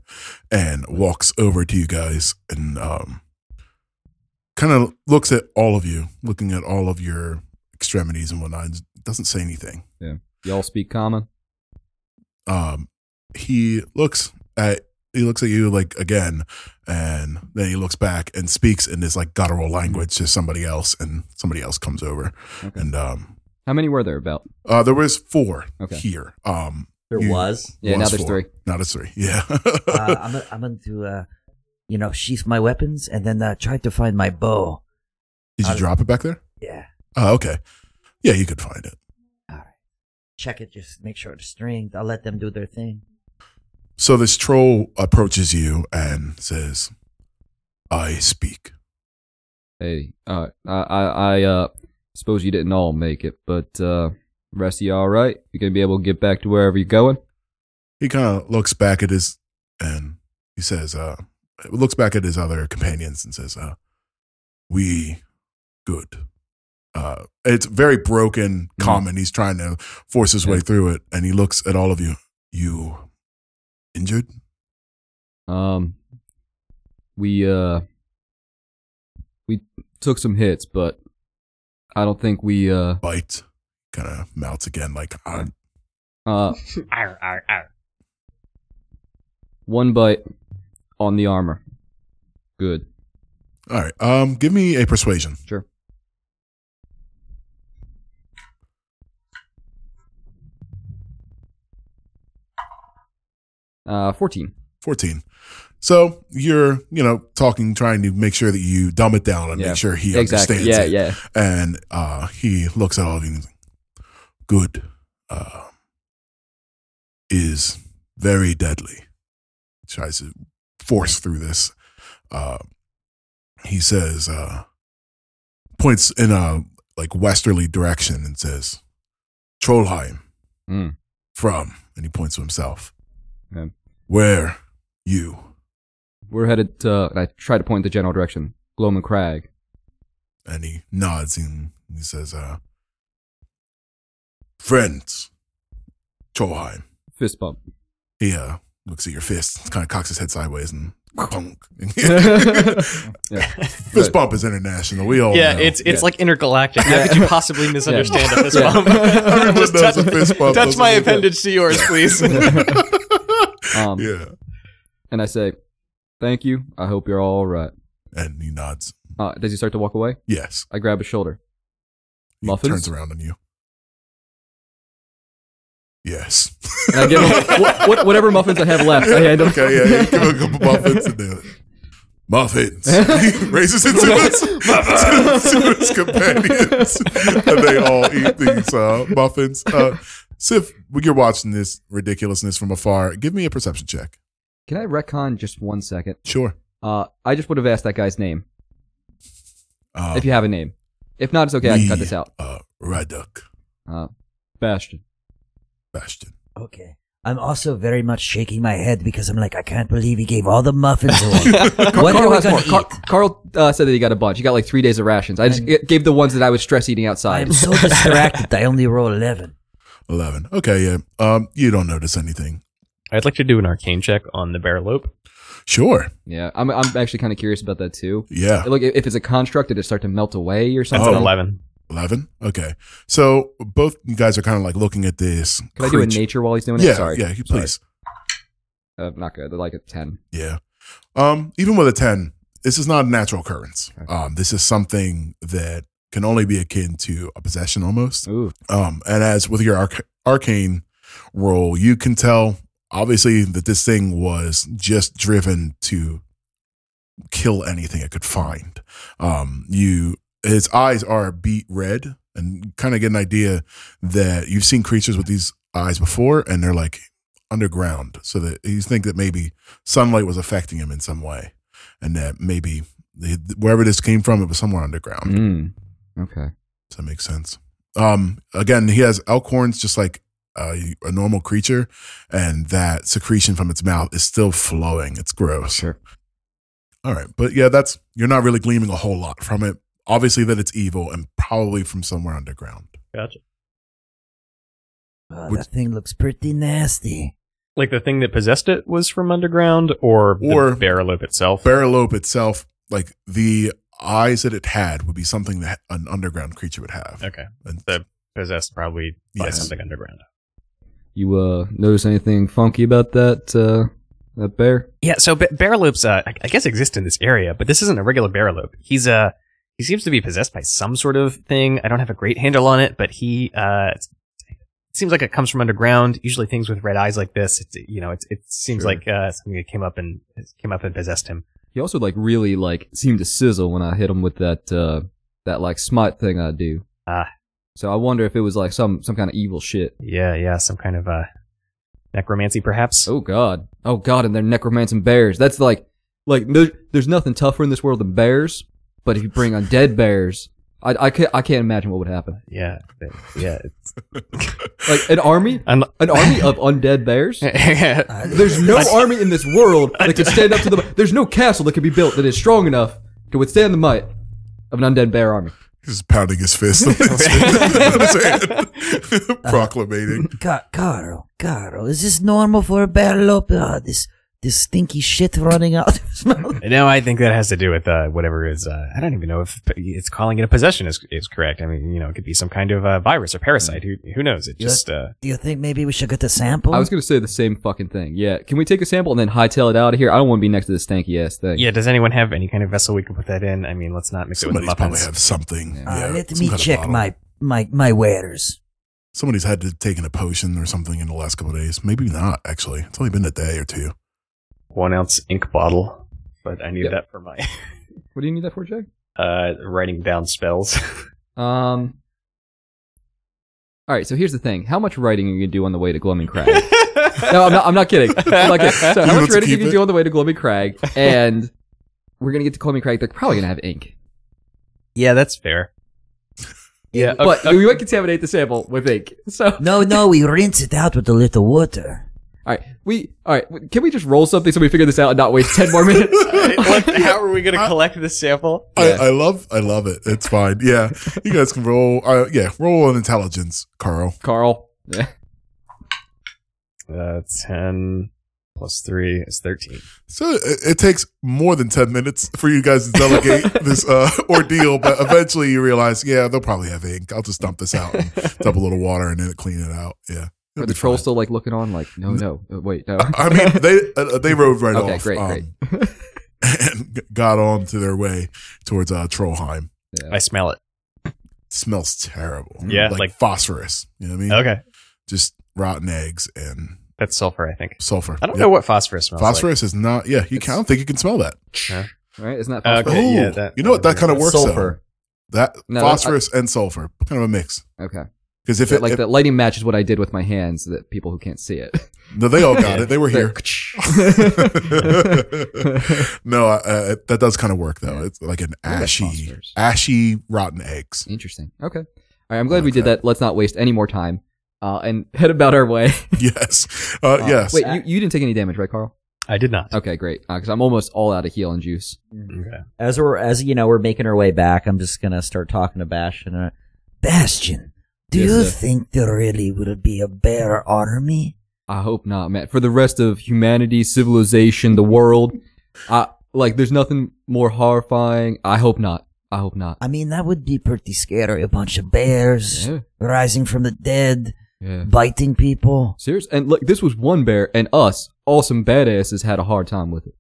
and walks over to you guys and um, kind of looks at all of you, looking at all of your extremities and whatnot. and Doesn't say anything. Y'all speak common. Um, he looks at he looks at you like again, and then he looks back and speaks in this like guttural language to somebody else, and somebody else comes over, Okay. and um, How many were there about? Uh, there was four Okay. here. Um, There You- was. was Yeah, now there's four. three. Now there's three. Yeah. Uh, I'm, gonna- I'm going to, uh, you know, sheath my weapons and then uh, try to find my bow. Did you I- drop it back there? Yeah. Oh, okay. Yeah, you could find it. Check it. Just make sure it's stringed. I'll let them do their thing. So this troll approaches you and says, "I speak." Hey, uh, I, I, I uh, suppose you didn't all make it, but uh, rest of you all right? You gonna be able to get back to wherever you're going? He kind of looks back at his and he says, "Uh, looks back at his other companions and says, uh, we good." Uh, it's very broken, Mhm. common. He's trying to force his way Yeah. through it, and he looks at all of you. You injured? Um, we uh, we took some hits, but I don't think we uh, bite kind of mouths again like uh, uh, one bite on the armor. Good. all right um give me a persuasion Sure. Uh, 14. 14 so you're you know talking trying to make sure that you dumb it down and Yeah, make sure he Exactly. understands Yeah, it. yeah. and uh he looks at all of you and he's like, good uh is very deadly tries to force through this uh he says uh points in a like westerly direction and says trollheim Mm. from and he points to himself Yeah. where you We're headed to, and I try to point the general direction. Gloam and Crag. and he nods and he says, uh, "Friends, Trollheim." Fist bump. He uh, looks at your fist, kind of cocks his head sideways, and punk. Yeah. fist bump is international. We all Oh, yeah, know. it's Yeah. it's like intergalactic. How could you possibly misunderstand a fist Yeah. bump? Everyone knows a fist bump touch doesn't my mean that. appendage to yours, please. Um, yeah. and I say, "Thank you. I hope you're all right." And he nods. Uh, does he start to walk away? Yes. I grab his shoulder. He Muffins? turns around on you. Yes. And I give him what, what, whatever muffins I have left. Oh, I hand him. okay, yeah, yeah. Give him a couple muffins and then muffins. he raises it to his, to, to his companions, and they all eat these uh, muffins. Uh, Sif, when you're watching this ridiculousness from afar, give me a perception check. Can I retcon just one second? Sure. Uh, I just would have asked that guy's name Uh, if you have a name. If not, it's okay. I can cut Lee, this out. Uh, Raduk Uh, Bastion. Bastion. Okay. I'm also very much shaking my head because I'm like, I can't believe he gave all the muffins away. what are Carl, we has more. going to Car- eat? Carl uh, said that he got a bunch. He got like three days of rations. I just g- gave the ones that I would stress eating outside. I'm so distracted. I only roll 11. 11. Okay, yeah. Um, you don't notice anything. I'd like to do an arcane check on the Barrelope. Sure. yeah, I'm, I'm actually kind of curious about that too. Yeah. Look, if it's a construct, did it start to melt away or That's something? an Oh. 11. 11. Okay. So both you guys are kind of like looking at this. Can I do a creature- nature while he's doing it? Yeah, Sorry. yeah, Sorry. please. Uh, not good. Like a 10. Yeah. Um, even with a 10, this is not a natural occurrence. Um, this is something that can only be akin to a possession almost. Ooh. Um, and as with your arc- arcane role, you can tell obviously that this thing was just driven to kill anything it could find. Um, you, its eyes are beat red and kind of get an idea that you've seen creatures with these eyes before and they're like underground. So that you think that maybe sunlight was affecting him in some way and that maybe the- wherever this came from, it was somewhere underground. Mm. Okay. Does that make sense? Um, again, he has elk horns just like uh, a normal creature, and that secretion from its mouth is still flowing. It's gross. Sure. All right, but yeah, that's you're not really gleaming a whole lot from it. Obviously, that it's evil and probably from somewhere underground. Gotcha. Uh, Would- that thing looks pretty nasty. Like the thing that possessed it was from underground or, Or- the Barrelope itself? Barrelope itself, like the eyes that it had, would be something that an underground creature would have. okay. And The- Possessed probably by Yes. something underground. You uh, notice anything funky about that uh, that bear? Yeah, so ba- Barrelope's, uh, I-, I guess, exist in this area, but this isn't a regular Barrelope. He's Uh, he seems to be possessed by some sort of thing. I don't have a great handle on it, but he uh, it's- it seems like it comes from underground. Usually, things with red eyes like this, it's, you know, it, it seems Sure. like uh, something that came up and came up and possessed him. He also like really like seemed to sizzle when I hit him with that uh, that like smite thing I do. Ah. So I wonder if it was like some some kind of evil shit. Yeah, yeah, some kind of uh, necromancy, perhaps. Oh god. Oh god, and they're necromancing bears. That's like like there's, there's nothing tougher in this world than bears, but if you bring on dead bears, I I can't, I can't imagine what would happen. Yeah, th- yeah. it's- Like an army? Un- An army of undead bears? There's no But- army in this world that can stand up to the. There's no castle that can be built that is strong enough to withstand the might of an undead bear army. he's pounding his fist on his, on his hand, proclamating. Ca- Carl, Carl, is this normal for a Barrelope? Ah, this, this stinky shit running out of his mouth. no, I think that has to do with uh, whatever is. Uh, I don't even know if it's calling it a possession is is correct. I mean, you know, it could be some kind of uh, virus or parasite. Mm. Who who knows? It Yeah. just uh, Do you think maybe we should get a sample? I was gonna say the same fucking thing. Yeah, can we take a sample and then hightail it out of here? I don't want to be next to this stanky ass thing. yeah. Does anyone have any kind of vessel we can put that in? I mean, let's not mix it Somebody's with the probably muffins. have something. Uh, yeah, let some me kind of check bottle. my, my, my wares. somebody's had to taken a potion or something in the last couple of days. Maybe not actually. It's only been a day or two. One ounce ink bottle, but I need Yep. that for my What do you need that for, Jack? uh, writing down spells. Um. All right, so here's the thing: how much writing are you gonna do on the way to Gloaming Crag? no, I'm not. I'm not kidding. I'm not kidding. So You how want much to writing you keep can it? do on the way to Gloaming Crag, and we're gonna get to Gloaming Crag. They're probably gonna have ink, yeah, that's fair. Yeah, okay, but we might contaminate the sample with ink. So No, no, we rinse it out with a little water. All right, we all right. w- Can we just roll something so we figure this out and not waste ten more minutes? how are we going to Uh, collect this sample? I, I love, I love it. It's fine. Yeah, you guys can roll. Uh, yeah, roll an intelligence, Carl. Carl, yeah. Uh, 10 plus 3 is 13. So it, it takes more than ten minutes for you guys to delegate this uh, ordeal, but eventually you realize, yeah, they'll probably have ink. I'll just dump this out and dump a little water and then clean it out. Yeah, Are It'll the be trolls fine. still like looking on? Like, no, no, uh, wait, no. I mean, they uh, they rode right Okay, off. great, um, great. and g- got on to their way towards uh, Trollheim. I smell it. Smells terrible. Yeah, like, like- phosphorus. You know what I mean? Okay, Just rotten eggs and that's sulfur. I think. sulfur. I don't Yep. know what phosphorus smells like. Phosphorus is not. Yeah, you can, I don't think you can smell that. Right? Isn't that Uh, possible? Okay, Ooh, yeah, that- you know what? That kind of works. though. Sulfur. That No, that- phosphorus and sulfur, kind of a mix. Okay. Because if Yeah, it, like if- the lighting match is what I did with my hands, so that people who can't see it. no, they all got Yeah. it. They were here. no, uh, uh, that does kind of work though. Yeah. It's like an I like ashy, phosphorus. ashy rotten eggs. Interesting. Okay. All right. I'm glad we Okay. did that. Let's not waste any more time uh, and head about our way. yes, uh, Uh, yes. Wait, you, you didn't take any damage, right, Carl? I did not. Okay, great. Because I'm almost all out of heal and juice. Okay. As we're as you know, we're making our way back. I'm just gonna start talking to Bash and uh, Bastion, do Yes, you sir. think there really will be a bear army? I hope not, man. For the rest of humanity, civilization, the world, I like. There's nothing more horrifying. I hope not. I hope not. I mean, that would be pretty scary. A bunch of bears Yeah. rising from the dead, Yeah. biting people. Serious. And look, this was one bear, and us, awesome badasses, had a hard time with it.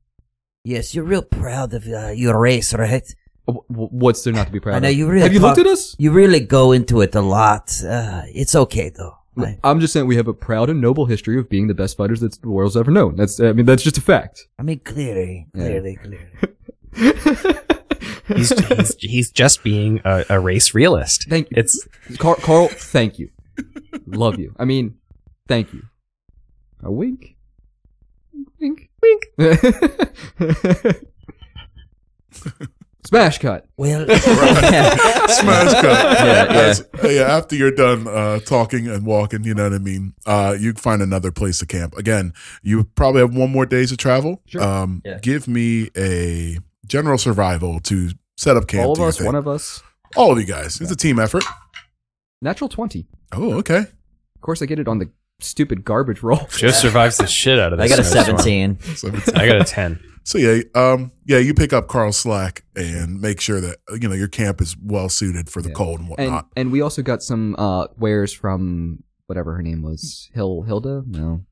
Yes, you're real proud of uh, your race, right? Uh, wh- wh- What's there not to be proud I know of? you really Have you talk- looked at us? You really go into it a lot. Uh, it's okay, though. I, I'm just saying we have a proud and noble history of being the best fighters that the world's ever known. That's I mean that's just a fact. I mean, clearly, Yeah. clearly, clearly. He's, he's, he's just being a, a race realist. Thank you. It's Carl, Carl thank you. Love you. I mean, thank you. A wink. Wink. Wink. Smash cut. Well, Smash cut. Yeah, That's- yeah. After you're done uh, talking and walking, you know what I mean. Uh, you can find another place to camp. Again, you probably have one more days to travel. Sure. Um, Yeah. Give me a general survival to set up camp. All of do you us, think? one of us. all of you guys. It's a team effort. Natural twenty. Oh, okay. Of course, I get it on the stupid garbage roll. Joe survives the shit out of I this. got a snowstorm. 17. So, I got a ten. so yeah, um, yeah, you pick up Carl's slack and make sure that you know your camp is well suited for the Yeah. cold and And whatnot. and we also got some uh wares from whatever her name was. Hill Hilda? No.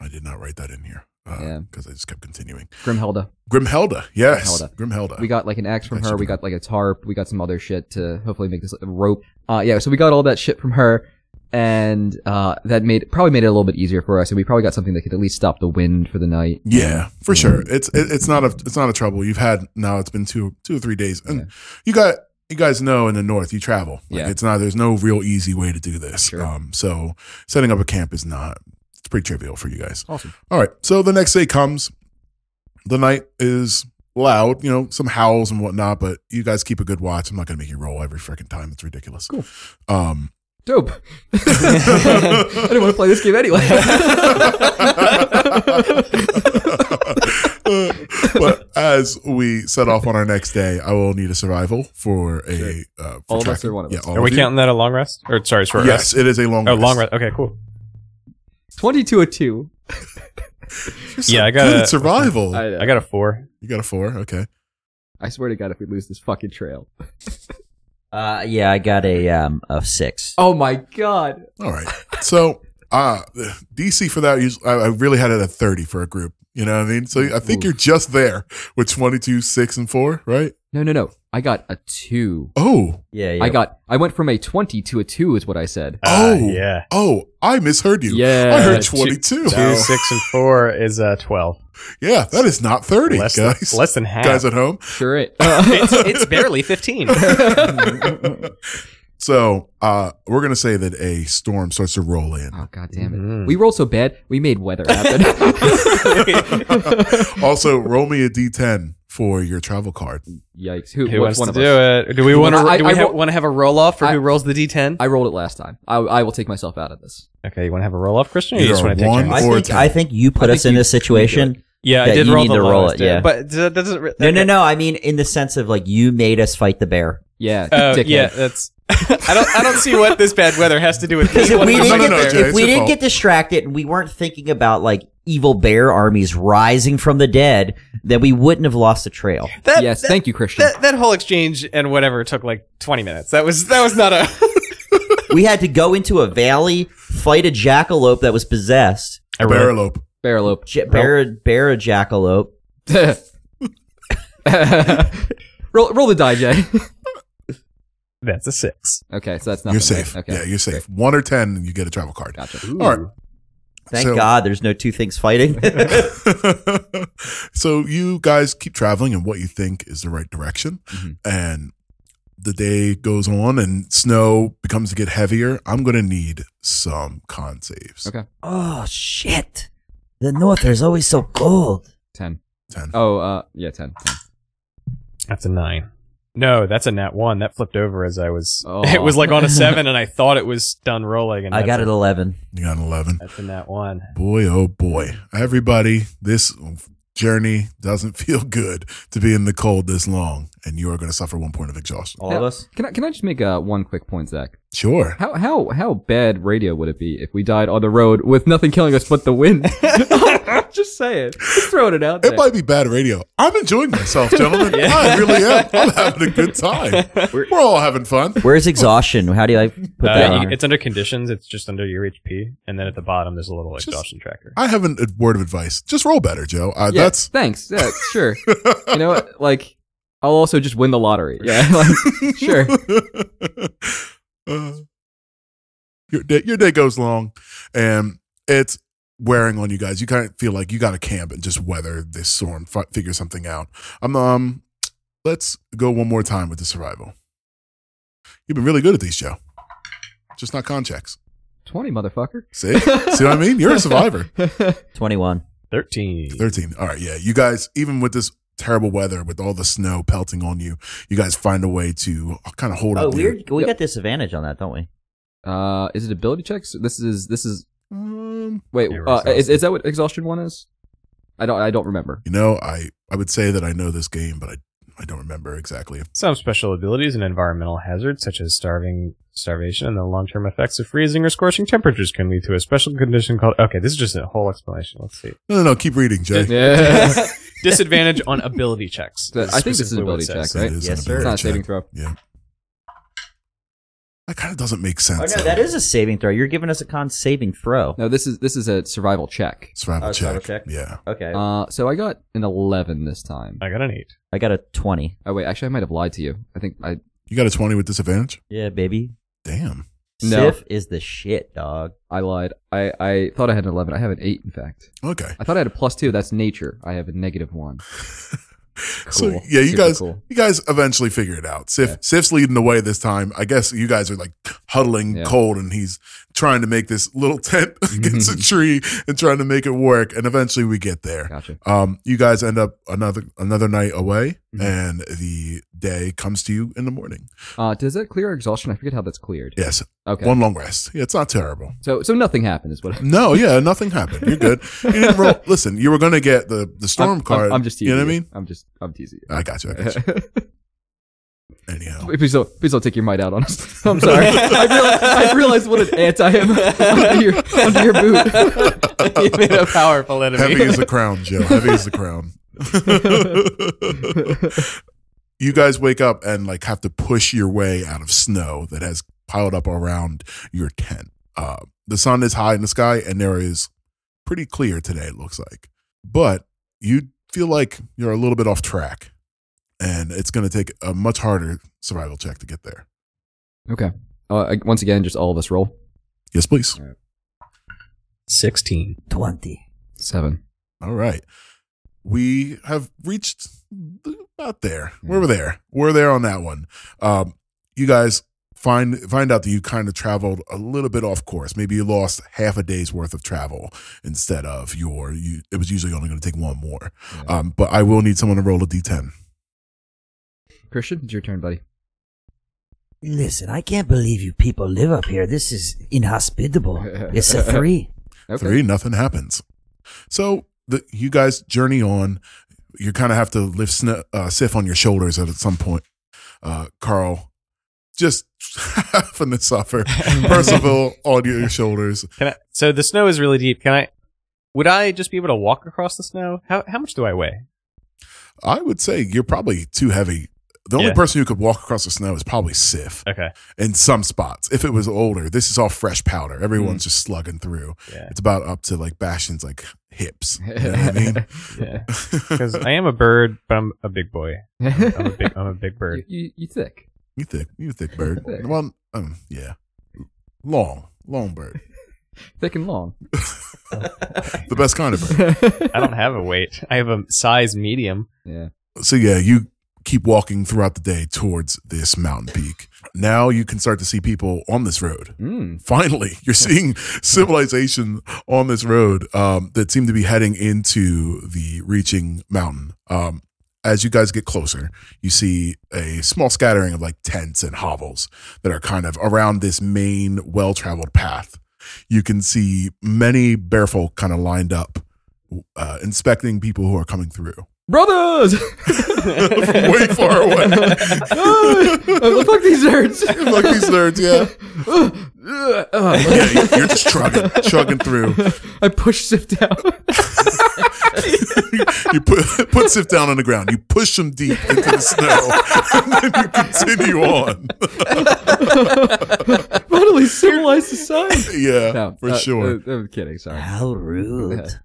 I did not write that in here Yeah. because I just kept continuing. Grimhilda. Grimhelda, yes, Grimhelda. We got like an axe from That her. should We be- got like a tarp. We got some other shit to hopefully make this a rope. Uh, yeah. So we got all that shit from her, and uh, that made probably made it a little bit easier for us. And we probably got something that could at least stop the wind for the night. Yeah, for sure. It's it, it's not a it's not a trouble. You've had now. It's been two two or three days, and Yeah. you got you guys know in the north you travel. Like, Yeah. it's not there's no real easy way to do this. Sure. Um, so setting up a camp is not it's pretty trivial for you guys. Awesome. All right, so the next day comes. The night is loud, you know, some howls and whatnot, but you guys keep a good watch. I'm not gonna make you roll every freaking time. It's ridiculous. Cool. Um, Dope. I didn't want to play this game anyway. but as we set off on our next day, I will need a survival for a uh, for All of us tracking. or one of Yeah, us? all Are we of you. counting that a long rest? Or sorry, short Yes, rest. it is a long. Oh, rest. long rest. Okay, cool. Twenty-two a two. You're so Yeah, I good got at a- survival. I, I got a four. you got a four. Okay, I swear to God, if we lose this fucking trail. Uh, yeah, I got a um a six. Oh my God. all right. So uh DC for that, usually, I, I really had it at thirty for a group. You know what I mean? So I think Oof. you're just there with twenty two, six, and four, right? No, no, no. I got a two. Oh, Yeah, yeah. I got. I went from a twenty to a two, is what I said. Uh, Oh. yeah. oh, I misheard you. Yeah. I heard two- twenty two. Two, six, and four is uh, twelve. Yeah, that is not thirty, Less than, guys. less than half. guys at home. Sure it. Uh, it's, it's barely fifteen. So uh, we're gonna say that a storm starts to roll in. Oh god damn it. Mhm. Hmm. We rolled so bad, we made weather happen. also, roll me a d10 for your travel card. Yikes. Who, which Who wants one to of do us? it? Do we want I- to? Do I we ro- want to have a roll off for I- who rolls the d10? I rolled it last time. I, I will take myself out of this. okay, you want to have a roll off, Christian? Or you Either just a want to one take turns? I Or think ten. I think you put I us think in you- this situation. Yeah, I Yeah, did you roll need the to roll lowest, it, yeah. but that doesn't. Re- No, no, no. I mean, in the sense of like you made us fight the bear. Yeah. Oh, dickhead. yeah, that's. I don't. I don't see what this bad weather has to do with Because if we No, didn't, no, get, no, Jay, if it's we your didn't fault. get distracted and we weren't thinking about like evil bear armies rising from the dead, then we wouldn't have lost the trail. That, yes. that, thank you, Christian. that that whole exchange and whatever took like twenty minutes. That was that was not a. we had to go into a valley, fight a jackalope that was possessed. I wrote- Barrelope. Barrelope. J- bear, bear a jackalope. roll, roll the die, Jay. That's a six. Okay, so that's not You're safe. Okay. Yeah, you're safe. One or ten, and you get a travel card. Gotcha. All right. Thank So- God there's no two things fighting. so you guys keep traveling in what you think is the right direction Mhm. and the day goes on and snow becomes to get heavier i'm going to need some con saves Okay. Oh shit! The north is always so cold. Ten. 10 Oh, uh, yeah, ten. 10. That's a nine. No, that's a nat one. That flipped over as I was. Oh. It was like on a seven, and I thought it was done rolling. And I got that's it a- eleven. you got an 11 That's a nat one. boy oh boy everybody this journey doesn't feel good to be in the cold this long and you are going to suffer one point of exhaustion All of Yeah. us. Can I can I just make uh, one quick point, Zach? sure Oh. How how how bad radio would it be if we died on the road with nothing killing us but the wind? I'm just saying, just throwing it out there. it might be bad radio. I'm enjoying myself, gentlemen. I really am. I'm having a good time. We're, all having fun. Where's exhaustion? How do I put that? Uh, on you- her? it's under conditions. It's just under your HP, and then at the bottom there's a little Just- exhaustion tracker. I have an, a word of advice. Just roll better, Joe. Uh, Yeah, That's thanks. Yeah, sure. you know, what? like I'll also just win the lottery. Yeah, like, sure. Uh, your day, your day goes long, and it's wearing on you guys. You kind of feel like you got to camp and just weather this storm, fi- figure something out. Um, um, let's go one more time with the survival. You've been really good at these, Joe. Just not con checks. Twenty, motherfucker. See, see what I mean? You're a survivor. Twenty-one. Thirteen. 13. All right. Yeah. You guys, even with this terrible weather, with all the snow pelting on you, you guys find a way to kind of hold Oh, up. your- weird. We got disadvantage on that, don't we? Uh, is it ability checks? This is this is Um, wait. Yeah, we're Uh, is is that what exhaustion one is? I don't I don't remember. you know, I, I would say that I know this game, but I, I don't remember exactly. Some special abilities and environmental hazards, such as starving, starvation, and the long-term effects of freezing or scorching temperatures, can lead to a special condition called. Okay, this is just a whole explanation. Let's see. No, no, no. Keep reading, Jay. Yeah, Disadvantage on ability checks. So, I think this is specifically what ability it says. checks, It right? is Yes, an sir. It's ability not a saving check. throw. That kind of doesn't make Oh sense. no, though. that is a saving throw. You're giving us a con saving throw. No, this is this is a survival check. survival, Oh, check. survival check. Yeah. Okay, Uh, so I got an eleven this time. I got an eight. I got a twenty. Oh wait, actually, I might have lied to you. I think I You got a 20 with disadvantage? Yeah, baby. Damn. No. Sif is the shit, dog. I lied. I I thought I had an eleven. I have an eight, in fact. Okay. I thought I had a plus two. That's nature. I have a negative one. So Cool. yeah, you Super guys, cool. you guys eventually figure it out. Sif, Sif's leading the way this time. I guess you guys are like huddling Yeah. cold, and he's trying to make this little tent against Mm-hmm. a tree and trying to make it work. And eventually, we get there. Gotcha. Um, you guys end up another another night away, Mhm. and the day comes to you in the morning. Uh, does that clear exhaustion? I forget how that's cleared. Yes, Okay. one long rest. Yeah, it's not terrible. So so nothing happened is what. I- No, yeah, nothing happened. You're good. You didn't roll. Listen, you were gonna get the the storm I'm, card. I'm, I'm just You teasing. know what I mean? I'm just I'm teasing. You. I got you. I got you. Anyhow, please don't please don't take your might out on us. I'm sorry. I, realize, I realize what an ant I am under your, under your boot. you made a powerful enemy. Heavy as the crown, Joe. Heavy as the crown. you guys wake up and like have to push your way out of snow that has piled up around your tent. Uh, the sun is high in the sky and there is pretty clear today, it looks like. But you feel like you're a little bit off track and it's going to take a much harder survival check to get there. Okay. Uh, I- once again, just all of us roll Yes, please. Sixteen. Twenty. seven. All right. We have reached th- about there. We're there. We're there on that one. Um, you guys find find out that you kind of traveled a little bit off course. Maybe you lost half a day's worth of travel instead of your. You, it was usually only going to take one more. Um, but I will need someone to roll a d10. Christian, it's your turn, buddy. Listen, I can't believe you people live up here. This is inhospitable. It's a three. Okay. Three, nothing happens. So the, you guys journey on. You kind of have to lift sn- uh, Sif on your shoulders at some point. Uh, Carl, just having to suffer. Percival on your shoulders. Can I, so the snow is really deep. Can I? Would I just be able to walk across the snow? How how much do I weigh? I would say you're probably too heavy The only Yeah. person who could walk across the snow is probably Sif Okay. in some spots. If it was older, this is all fresh powder. Everyone's just slugging through. Mm. Yeah. It's about up to like Bastion's like hips. You know what I mean? Yeah. Because I am a bird, but I'm a big boy. I'm a you, big, I'm a big bird. you, you thick. you thick, you a thick bird. Thick. Well, um, yeah, long, long bird, Thick and long. the best kind of bird. I don't have a weight. I have a size medium. yeah. so yeah, you keep walking throughout the day towards this mountain peak. Now you can start to see people on this road. Mm. Finally, you're seeing civilization on this road um, that seem to be heading into the reaching mountain. Um, as you guys get closer, you see a small scattering of like tents and hovels that are kind of around this main well traveled path. You can see many barefolk kind of lined up, uh, inspecting people who are coming through Brothers! from way far away. Ah, oh, fuck these nerds! Fuck these nerds, yeah. Ugh, ugh, ugh. Yeah, you- you're just chugging, chugging through. I pushed Sif down. You put put Sif down on the ground. You push him deep into the snow, and then you continue on. Finally civilized society. yeah, No, for uh, sure. uh, I'm kidding. Sorry. How rude.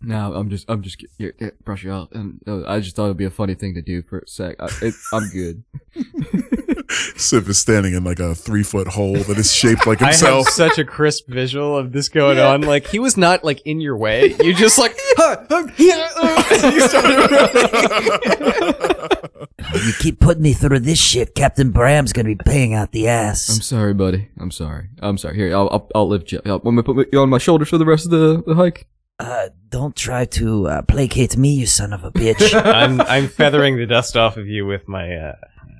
No, I'm just, I'm just, ki- here, here, brush it off. Um, no, I just thought it'd be a funny thing to do for a sec. I, it, I'm good. Sif is standing in like a three foot hole that is shaped like I have himself. such a crisp visual of this going on. Like he was not like in your way. You just like you started You keep putting me through this shit, Captain Bram's gonna be paying out the I'm ass. sorry, buddy. I'm sorry. I'm sorry. Here, I'll, I'll, I'll lift you up. Want me to put me- you on my shoulders for the rest of the, the hike? Uh, don't try to uh, placate me, you son of a bitch. I'm I'm feathering the dust off of you with my uh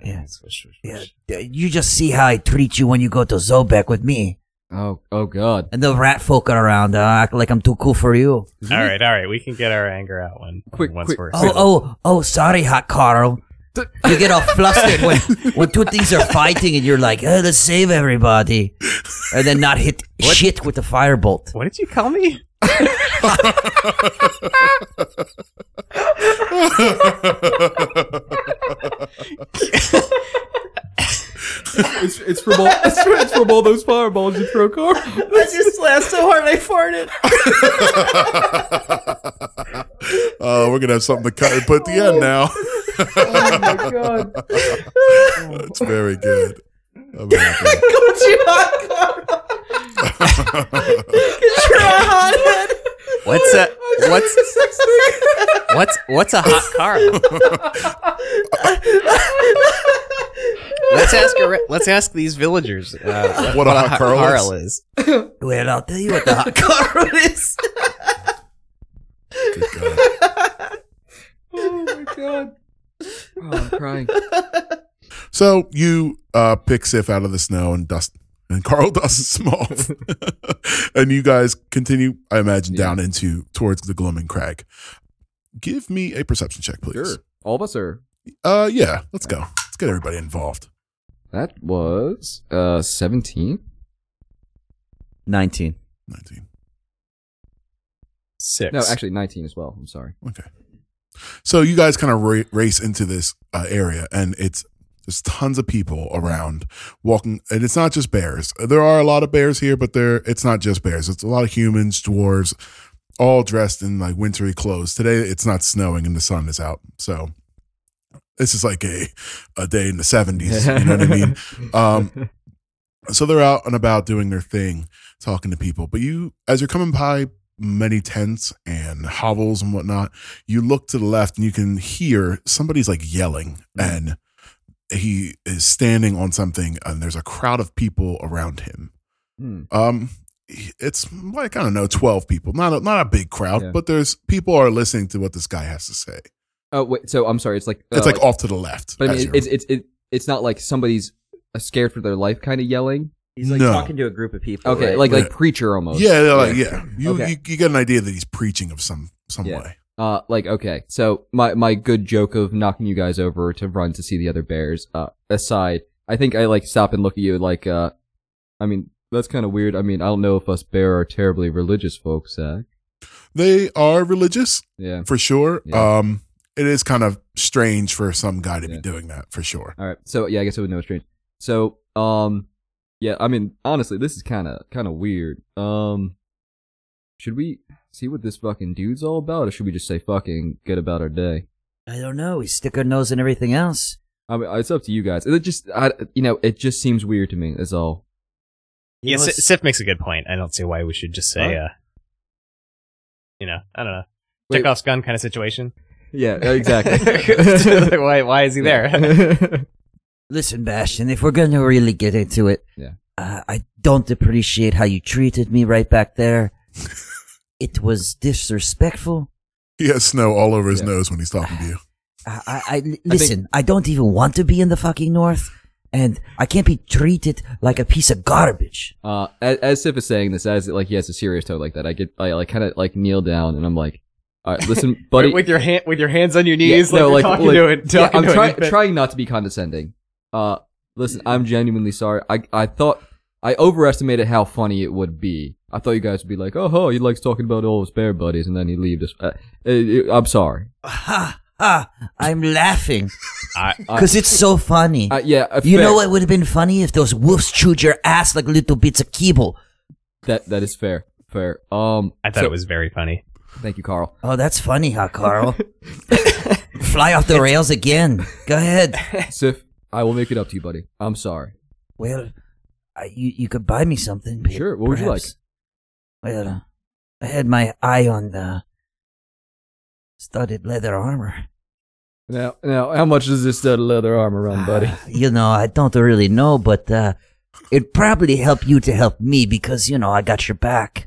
Yeah. swish, swish, yeah, swish. d- you just see how I treat you when you go to Zobek with me. Oh, oh God. And the rat folk are around, uh, act like I'm too cool for you. All right, all right. We can get our anger out when Quick, once quick, we're Oh, oh, oh, sorry, hot Carl. You get all flustered when, when two things are fighting and you're like, oh, let's save everybody. And then not hit shit with the firebolt. What did you call me? It's, it's from all, it's, from- it's from all those fireballs you throw, Carl. I just laughed so hard I farted. uh, we're gonna have something to cut and put at the end now. Oh my God. It's very good. Oh, I'm happy. What's a what's what's what's a hot car? Let's ask our, let's ask these villagers uh, What a hot Carl is. is. Well, I'll tell you what the hot Carl is. Good God. Oh my God. Oh, I'm crying. So you uh, pick Sif out of the snow and dust and Carl dusts him off, and you guys continue, I imagine, Yeah. down into towards the glooming crag. Give me a perception check, please. Sure. All of us are. Uh, yeah, let's go. Let's get everybody involved. That was uh 17. Nineteen. Nineteen. Six. No, actually 19 as well. I'm sorry. Okay. So you guys kind of ra- race into this uh, area, and it's there's tons of people around walking, and it's not just bears. There are a lot of bears here, but there it's not just bears. It's a lot of humans, dwarves, all dressed in like wintry clothes. Today it's not snowing and the sun is out, so this is like a a day in the seventies. You know what I mean? Um, so they're out and about doing their thing, talking to people. But you, as you're coming by many tents and hovels and whatnot, you look to the left and you can hear somebody's like yelling Mm-hmm. and he is standing on something and there's a crowd of people around him. Hmm. Um, it's like I don't know, twelve people. Not a, not a big crowd, Yeah. but there's people are listening to what this guy has to say. Oh wait, so I'm sorry. It's like It's uh, like, off to the left. But I as mean, you're- it's it's it, it's not like somebody's uh, scared for their life kind of yelling. He's like No. talking to a group of people. Okay, right? like Yeah. like preacher almost. yeah, yeah, like, yeah. You, Okay. you you get an idea that he's preaching of some some Yeah. way. Uh, like okay. So my my good joke of knocking you guys over to run to see the other bears. Uh, aside, I think I like stop and look at you like uh, I mean that's kind of weird. I mean I don't know if us bear are terribly religious folks. Uh, They are religious yeah. for sure. Yeah. Um, it is kind of strange for some guy to be doing that for sure. All right. So yeah, I guess it would know it's strange. So um, yeah. I mean, honestly, this is kind of kind of weird. Um, should we see what this fucking dude's all about, or should we just say fucking get about our day? I don't know. We stick our nose in everything else. I mean, it's up to you guys. It just, I, you know, it just seems weird to me. That's all. Yeah, know, Si- it's- Sif makes a good point. I don't see why we should just say, uh, you know, I don't know, Wait. Chekhov's gun kind of situation. Yeah, exactly. Like, why? Why is he there? there? Listen, Bastion, if we're going to really get into it, Yeah. uh, I don't appreciate how you treated me right back there. it was disrespectful. He has snow all over his Yeah. nose when he's talking to you. I, I, I listen. I don't even want to be in the fucking north, and I can't be treated like a piece of garbage. Uh, as, as Sif is saying this, as like he has a serious tone like that, I get, I like kind of like kneel down and I'm like, all right, listen, buddy. with your hand, with your hands on your Yeah, knees, like, no, you're talking like- to it. yeah, Talking I'm to try- an infant. trying not to be condescending. Uh, listen, I'm genuinely sorry. I, I thought, I overestimated how funny it would be. I thought you guys would be like, oh, ho, he likes talking about all his bear buddies and then he leaves us. Uh, uh, I'm sorry. Ha ha! I'm laughing I- because it's so funny. Uh, yeah, uh, you fair. know what would have been funny if those wolves chewed your ass like little bits of kibble. That, that is fair. Fair. Um, I thought so- it was very funny. Thank you, Carl. Oh, that's funny, huh, Carl? Fly off the rails again. Go ahead. Sif, I will make it up to you, buddy. I'm sorry. Well, I, you you could buy me something. pe- Sure, what would you like? perhaps. Well, uh, I had my eye on the studded leather armor. Now, now, how much does this stud of leather armor Ah. run, buddy? You know, I don't really know, but uh, it'd probably help you to help me because you know I got your back.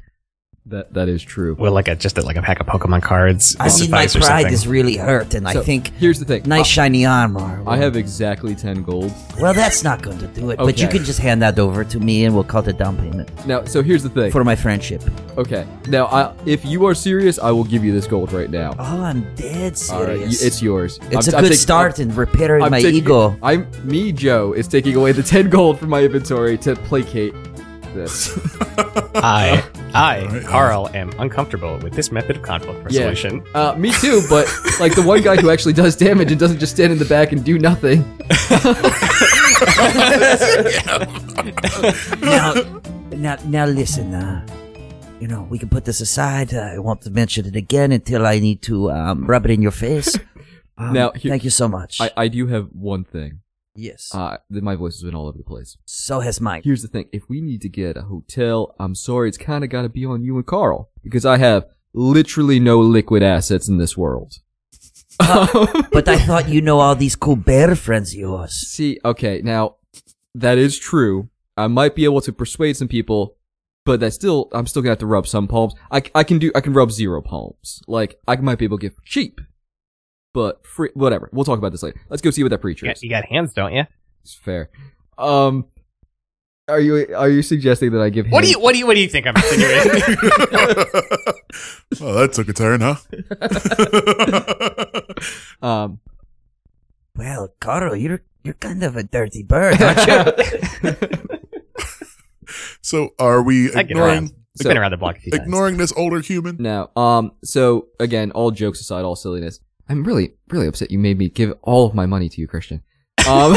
that that is true. Well, like a, just like a pack of Pokemon cards. I mean, my pride is really hurt, and So, I think here's the thing. nice shiny armor. I, I have exactly ten gold. Well, that's not going to do it. But you Okay. can just hand that over to me, and we'll call it a down payment Now, so here's the thing. for my friendship. okay, now I, if you are serious, I will give you this gold right now. Oh, I'm dead serious. All right, you- it's yours. It's a a good start in repairing my taking, ego. I'm me, Joe, is taking away the ten gold from my inventory to placate this. I, I, right. Carl, am uncomfortable with this method of conflict resolution. Uh, me too, but like the one guy who actually does damage and doesn't just stand in the back and do nothing. now, now, now listen. Uh, you know, we can put this aside. I won't mention it again until I need to um, rub it in your face. Um, Now, here- thank you so much. I, I do have one thing. yes. Uh, th- my voice has been all over the place. so has mine. Here's the thing: if we need to get a hotel, I'm sorry, it's kind of got to be on you and Carl because I have literally no liquid assets in this world. Uh, but I thought you know all these cool bear friends of yours. See, okay, now that is true. I might be able to persuade some people, but that still, I'm still gonna have to rub some palms. I, I can do, I can rub zero palms. Like I might be able to give cheap, but free, whatever. We'll talk about this later. Let's go see what that preacher You is. got, you got hands, don't you? It's fair. Um, are you are you suggesting that I give him? What do you, what do you, what do you think I'm insinuating? well, that took a turn, huh? Um, Well, Carl, you're you're kind of a dirty bird, aren't you? so, are we I get around. ignoring We've been around the block a few times. ignoring this older human? No. Um. So again, all jokes aside, all silliness. I'm really, really upset. You made me give all of my money to you, Christian. Um.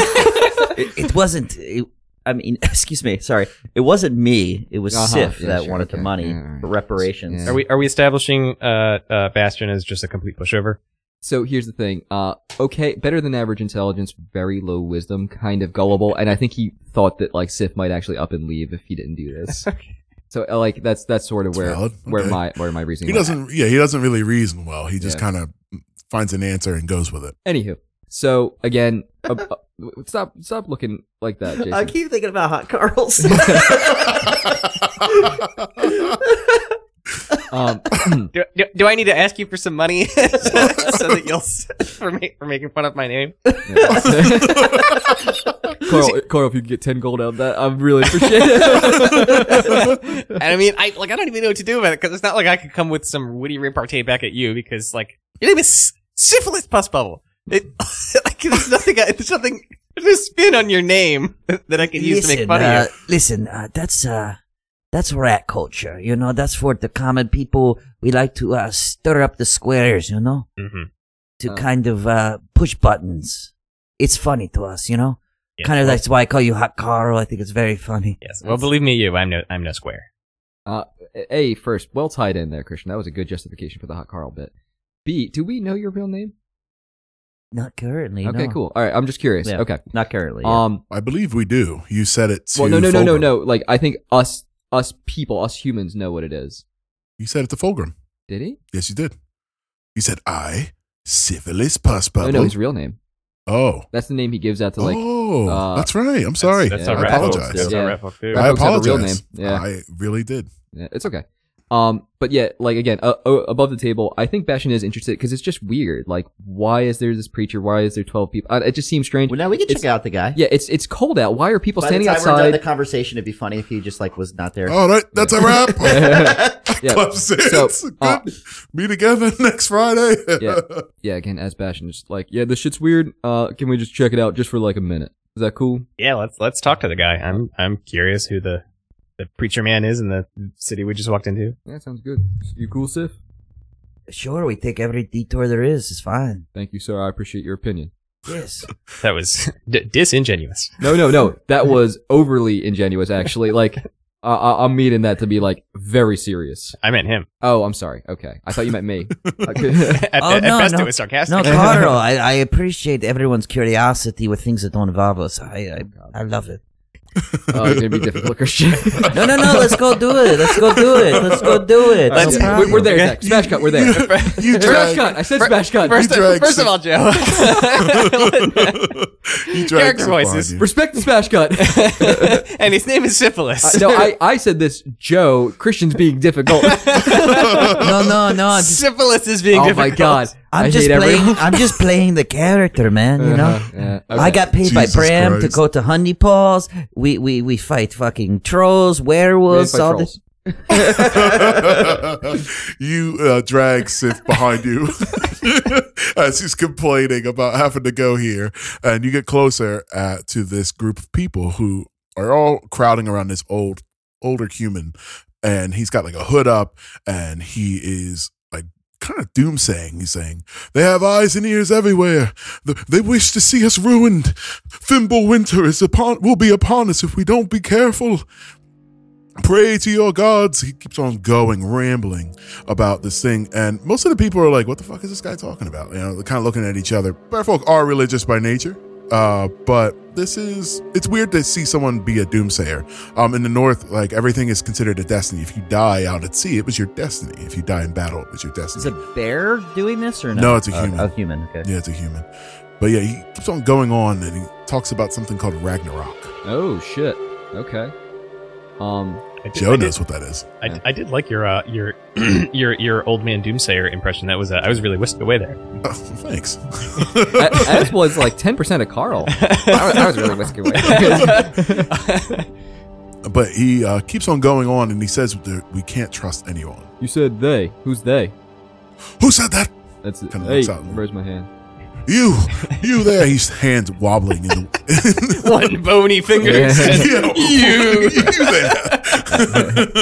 it wasn't. It, I mean, excuse me. Sorry, it wasn't me. It was Uh-huh, Sif yeah, that sure, wanted the okay, money yeah, all right. for reparations. Yeah. Are we are we establishing uh, uh, Bastion as just a complete pushover? so here's the thing. Uh. Okay. Better than average intelligence, very low wisdom, kind of gullible, and I think he thought that like Sif might actually up and leave if he didn't do this. So uh, like that's that's sort of where valid. where Okay. my where my reasoning. He went. doesn't. Yeah, he doesn't really reason well. He just Yeah. kind of finds an answer and goes with it. Anywho. So again, uh, uh, stop stop looking like that, Jason. keep thinking about hot Carl's. Um. Do, do, do I need to ask you for some money so that you'll s- for, ma- for making fun of my name? Carl, Carl, if you could get ten gold out of that, I'd really appreciate it. and I mean, I like I don't even know what to do about it because it's not like I could come with some witty repartee back at you because like your name is S- syphilis pus bubble. It, like, there's nothing. I- There's nothing. There's no spin on your name that I can use to make fun uh, of Listen, uh, that's uh, that's rat culture. You know, that's for the common people. We like to uh, stir up the squares. You know, you. Mm-hmm. to- to Oh. kind of uh, push buttons. It's funny to us, you know. Yes, kind of well- that's why I call you Hot Carl. I think it's very funny. Yes. Well, believe me, you. I'm no. I'm no square. Uh, A first, well tied in there, Christian. That was a good justification for the hot Carl bit. B, do we know your real name? Not currently. Okay, no. cool. All right, I'm just curious. Yeah. Okay. Not currently. yeah. Um, I believe we do. You said it to well, no, no, no, no, Fulgrim. no. Like, I think us, us people, us humans know what it is. You said it to Fulgrim. Did he? Yes, you did. You said I syphilis pus bubble. No, no, his real name. oh, That's the name he gives out to like. oh, uh, that's right. I'm sorry. That's, Yeah, how I our rat folks apologize. do. That's Yeah. how rat folk do. I folks have a apologize. real name. Yeah. I really did. Yeah, it's okay. Um, but yeah, like again, uh, uh, above the table, I think Bastion is interested because it's just weird. Like, why is there this preacher? Why is there twelve people? Uh, it just seems strange. well, now we can it's- check out the guy. Yeah, it's it's cold out. Why are people By standing the time we're done outside? the conversation, it'd be funny if he just like was not Oh. there. All right, that's a wrap. Yeah. Claps in. So, Good. uh, Meet again next Friday. Yeah. yeah, again, as Bastion, just like, yeah, this shit's weird. Uh, can we just check it out just for like a minute? Is that cool? Yeah. Let's let's talk to the guy. I'm I'm curious who the the preacher man is in the city we just walked into. Yeah, sounds good. You cool, Sif? Sure, we take every detour there is. It's fine. Thank you, sir. I appreciate your opinion. Yes. That was d- disingenuous. No, no, no. That was overly ingenuous, actually. Like, I I- I'm meaning that to be like very serious. I meant him. Oh, I'm sorry. Okay, I thought you meant me. Okay. at, Oh, at no, best, no. it was sarcastic. No, Carl, I, I appreciate everyone's curiosity with things that don't involve us. I, I, I love it. oh, it's gonna be difficult, Christian. No, no, no. Let's go do it. Let's go do it. Let's go do it. Let's- we're, No we- problem. we're there, Zach. Smash cut. We're there. you Smash drag. cut. I said smash cut. First, dragged first some- of all, Joe. you drag Character voices. Respect the smash cut. and his name is syphilis. I- Uh, no, I, I said this, Joe. Christian's being difficult. no, no, no. I'm just, syphilis is being oh my difficult. god. I'm I just hate playing. everyone. I'm just playing the character, man. You know. Uh-huh, yeah, okay. I got paid Jesus by Bram to Christ. go to Honey Paws. We we we fight fucking trolls, werewolves, Ran by all trolls. this. you uh, drag Sith behind you as he's complaining about having to go here, and you get closer uh, to this group of people who are all crowding around this old older human, and he's got like a hood up, and he is like kind of doom saying. He's saying they have eyes and ears everywhere. Th- They wish to see us ruined. Thimble winter is upon will be upon us if we don't be careful. Pray to your gods. He keeps on going, rambling about this thing. And most of the people are like, what the fuck is this guy talking about? You know, they're kind of looking at each other. Bear folk are religious by nature. Uh, but this is, it's weird to see someone be a doomsayer. Um, in the North, like everything is considered a destiny. If you die out at sea, it was your destiny. If you die in battle, it was your destiny. Is a bear doing this or no? No, it's a Oh, human. Oh, human. Okay. Yeah, it's a human. But yeah, he keeps on going on and he talks about something called Ragnarok. Oh shit. Okay. Um. I did, Joe I did, knows what that is. I, did- I did like your uh, your your your old man doomsayer impression. That was uh, I was really whisked away there. Oh, thanks. a- As was like ten percent of Carl. I, was- I was really whisking away. but he uh, keeps on going on and he says that we can't trust anyone. you said they. Who's they? Who said that? That's it. Kinda Hey, looks out. raise my hand. You, you there. His hands wobbling. In the, One bony finger. Yeah. you, you there.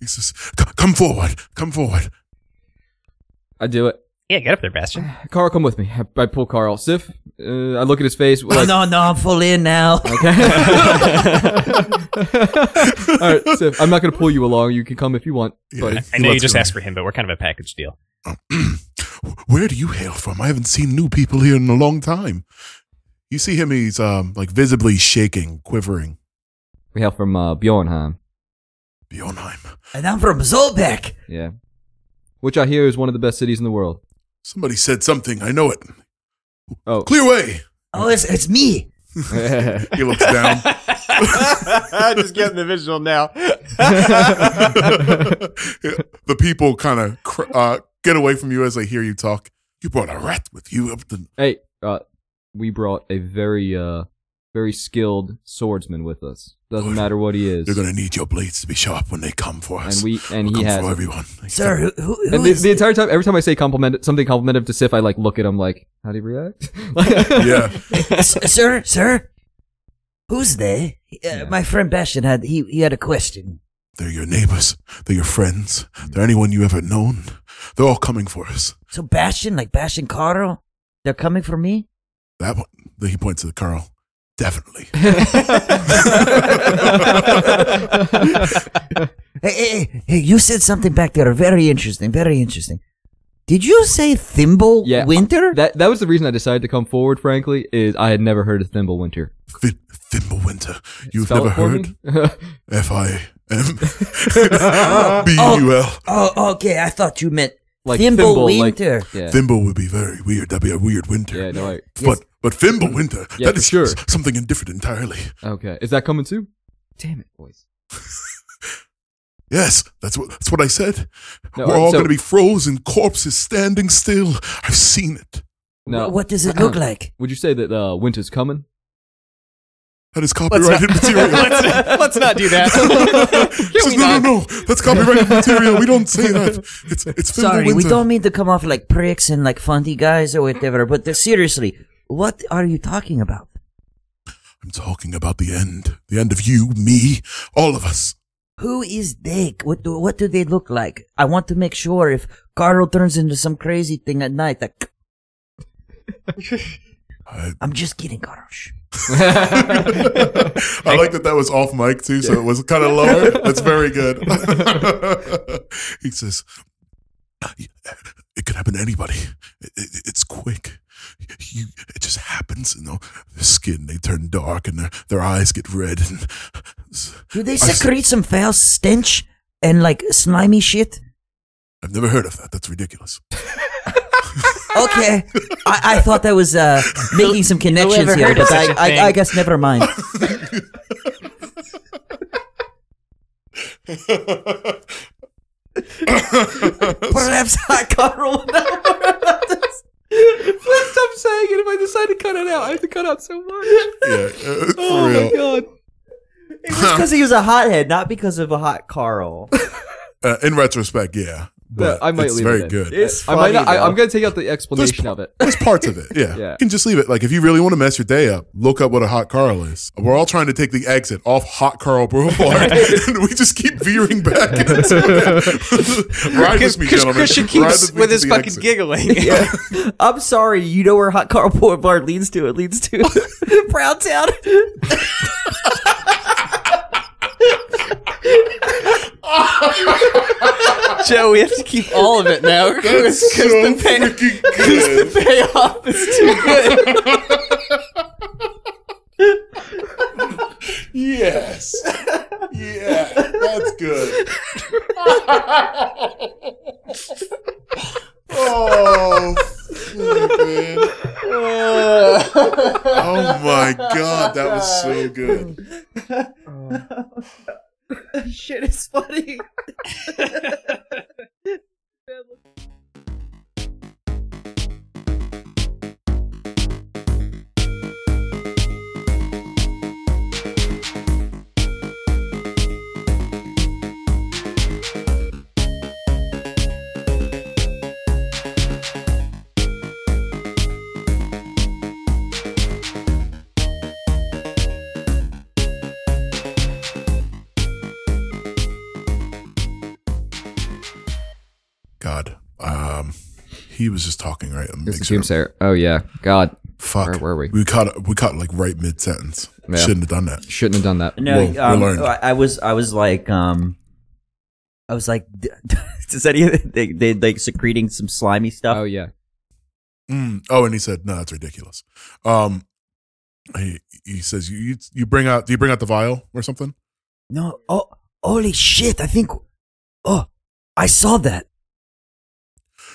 he says, "C- "Come forward, come forward." I do it. Yeah, get up there, Bastion. Carl, come with me. I, I pull Carl. Sif. Uh, I look at his face. Like, Oh, no, no, I'm full in now. All right, Sif. I'm not gonna pull you along. You can come if you want. But Yeah. I He know you lets just go. asked for him, but we're kind of a package deal. Where do you hail from? I haven't seen new people here in a long time. You see him; he's um, like visibly shaking, quivering. we hail from uh, Bjornheim. Bjornheim. and I'm from Zolbeck. Yeah. Which I hear is one of the best cities in the world. Somebody said something. I know it. Oh. Clear way. Oh, it's it's me. He looks down. just getting the visual now. the people kind of cr- uh, get away from you as they hear you talk. You brought a rat with you up the. hey, uh, we brought a very uh, very skilled swordsman with us. Doesn't matter what he is. They're going to need your blades to be sharp when they come for us. and we and We'll he come has for everyone. Sir, who, who, who And the, is the entire time, every time I say compliment something complimentive to Sif, I like look at him like, how do you react? Yeah. S- sir, sir? Who's they? Uh, My friend Bastion had he he had a question. They're your neighbors. They're your friends. They're anyone you ever known. They're all coming for us. So Bastion, like Bastion Carl, they're coming for me. That one. Then he points to Carl. Definitely. Hey, hey, hey, hey, you said something back there very interesting, very interesting. Did you say Thimble Yeah, uh, Winter? That that was the reason I decided to come forward. Frankly, is I had never heard of Thimble Winter. Thi- Thimblewinter. You've Spell never it for heard? me? F I M B U L. oh, okay. I thought you meant like Thimble, like- Winter. yeah. Thimble would be very weird. That'd be a weird winter. yeah. No. Right. Yes. But but Thimblewinter, Yeah, that is sure. s- something different entirely. Okay. Is that coming too? Damn it, boys. Yes, that's what that's what I said. No, We're all so- going to be frozen corpses standing still. I've seen it. No. Uh-uh. Wh- What does it look like? Would you say that uh, winter's coming? That is copyrighted material. let's, let's not do that. He says, no, no, no. That's copyrighted material. We don't say that. It's it's Thimblewinter. Sorry, we don't mean to come off like pricks and like funny guys or whatever, but the- seriously, what are you talking about? I'm talking about the end. The end of you, me, all of us. Who is they? What do, what do they look like? I want to make sure if Carl turns into some crazy thing at night. Like, I, I'm just kidding, Carl. Shh. I like that that was off mic too, so it was kind of lower. That's very good. he says, "It could happen to anybody. It, it, it's quick. You, it just happens, and their skin they turn dark, and their their eyes get red, and Do they see. secrete some foul stench and like slimy shit? I've never heard of that. That's ridiculous. Okay, I, I thought that was uh, making some connections ever here, heard of but I, such a I, thing? I guess never mind. Perhaps I Carl. Stop saying it. If I decide to cut it out, I have to cut out so much. Yeah, uh, for Oh real. god. because he was a hothead, not because of a hot Carl. Uh, in retrospect, yeah, but I might it's leave very it in. good. It's I might funny, not, I, though. I'm gonna take out the explanation of it. There's parts of it. Yeah. Yeah. You can just leave it. Like, if you really want to mess your day up, look up what a hot Carl is. We're all trying to take the exit off Hot Carl Boulevard, and we just keep veering back. into it. Ride with me, Because gentlemen. Christian Ride keeps me with to his the fucking exit. giggling. I'm sorry, you know where Hot Carl Boulevard leads to. It leads to Browntown. Joe, we have to keep all of it now. That's Because so the, pay- freaking 'cause good. the payoff is too good. Yes. Yeah. That's good. oh, fuck, man. oh my god, that was so good. Shit is funny. God. Um he was just talking right. Let me This Make is sure. Doom Slayer. Oh yeah. God. Fuck. Where were we? We caught we caught like right mid sentence. Yeah. Shouldn't have done that. Shouldn't have done that. No, Whoa, we um, learned. I I was, I was like, um, I was like, d- does any of it- they, they like secreting some slimy stuff? Oh yeah. Mm. Oh, and he said, "No, that's ridiculous." Um, he he says, "You you you bring out do you bring out the vial or something?" No, oh, holy shit! I think, oh, I saw that.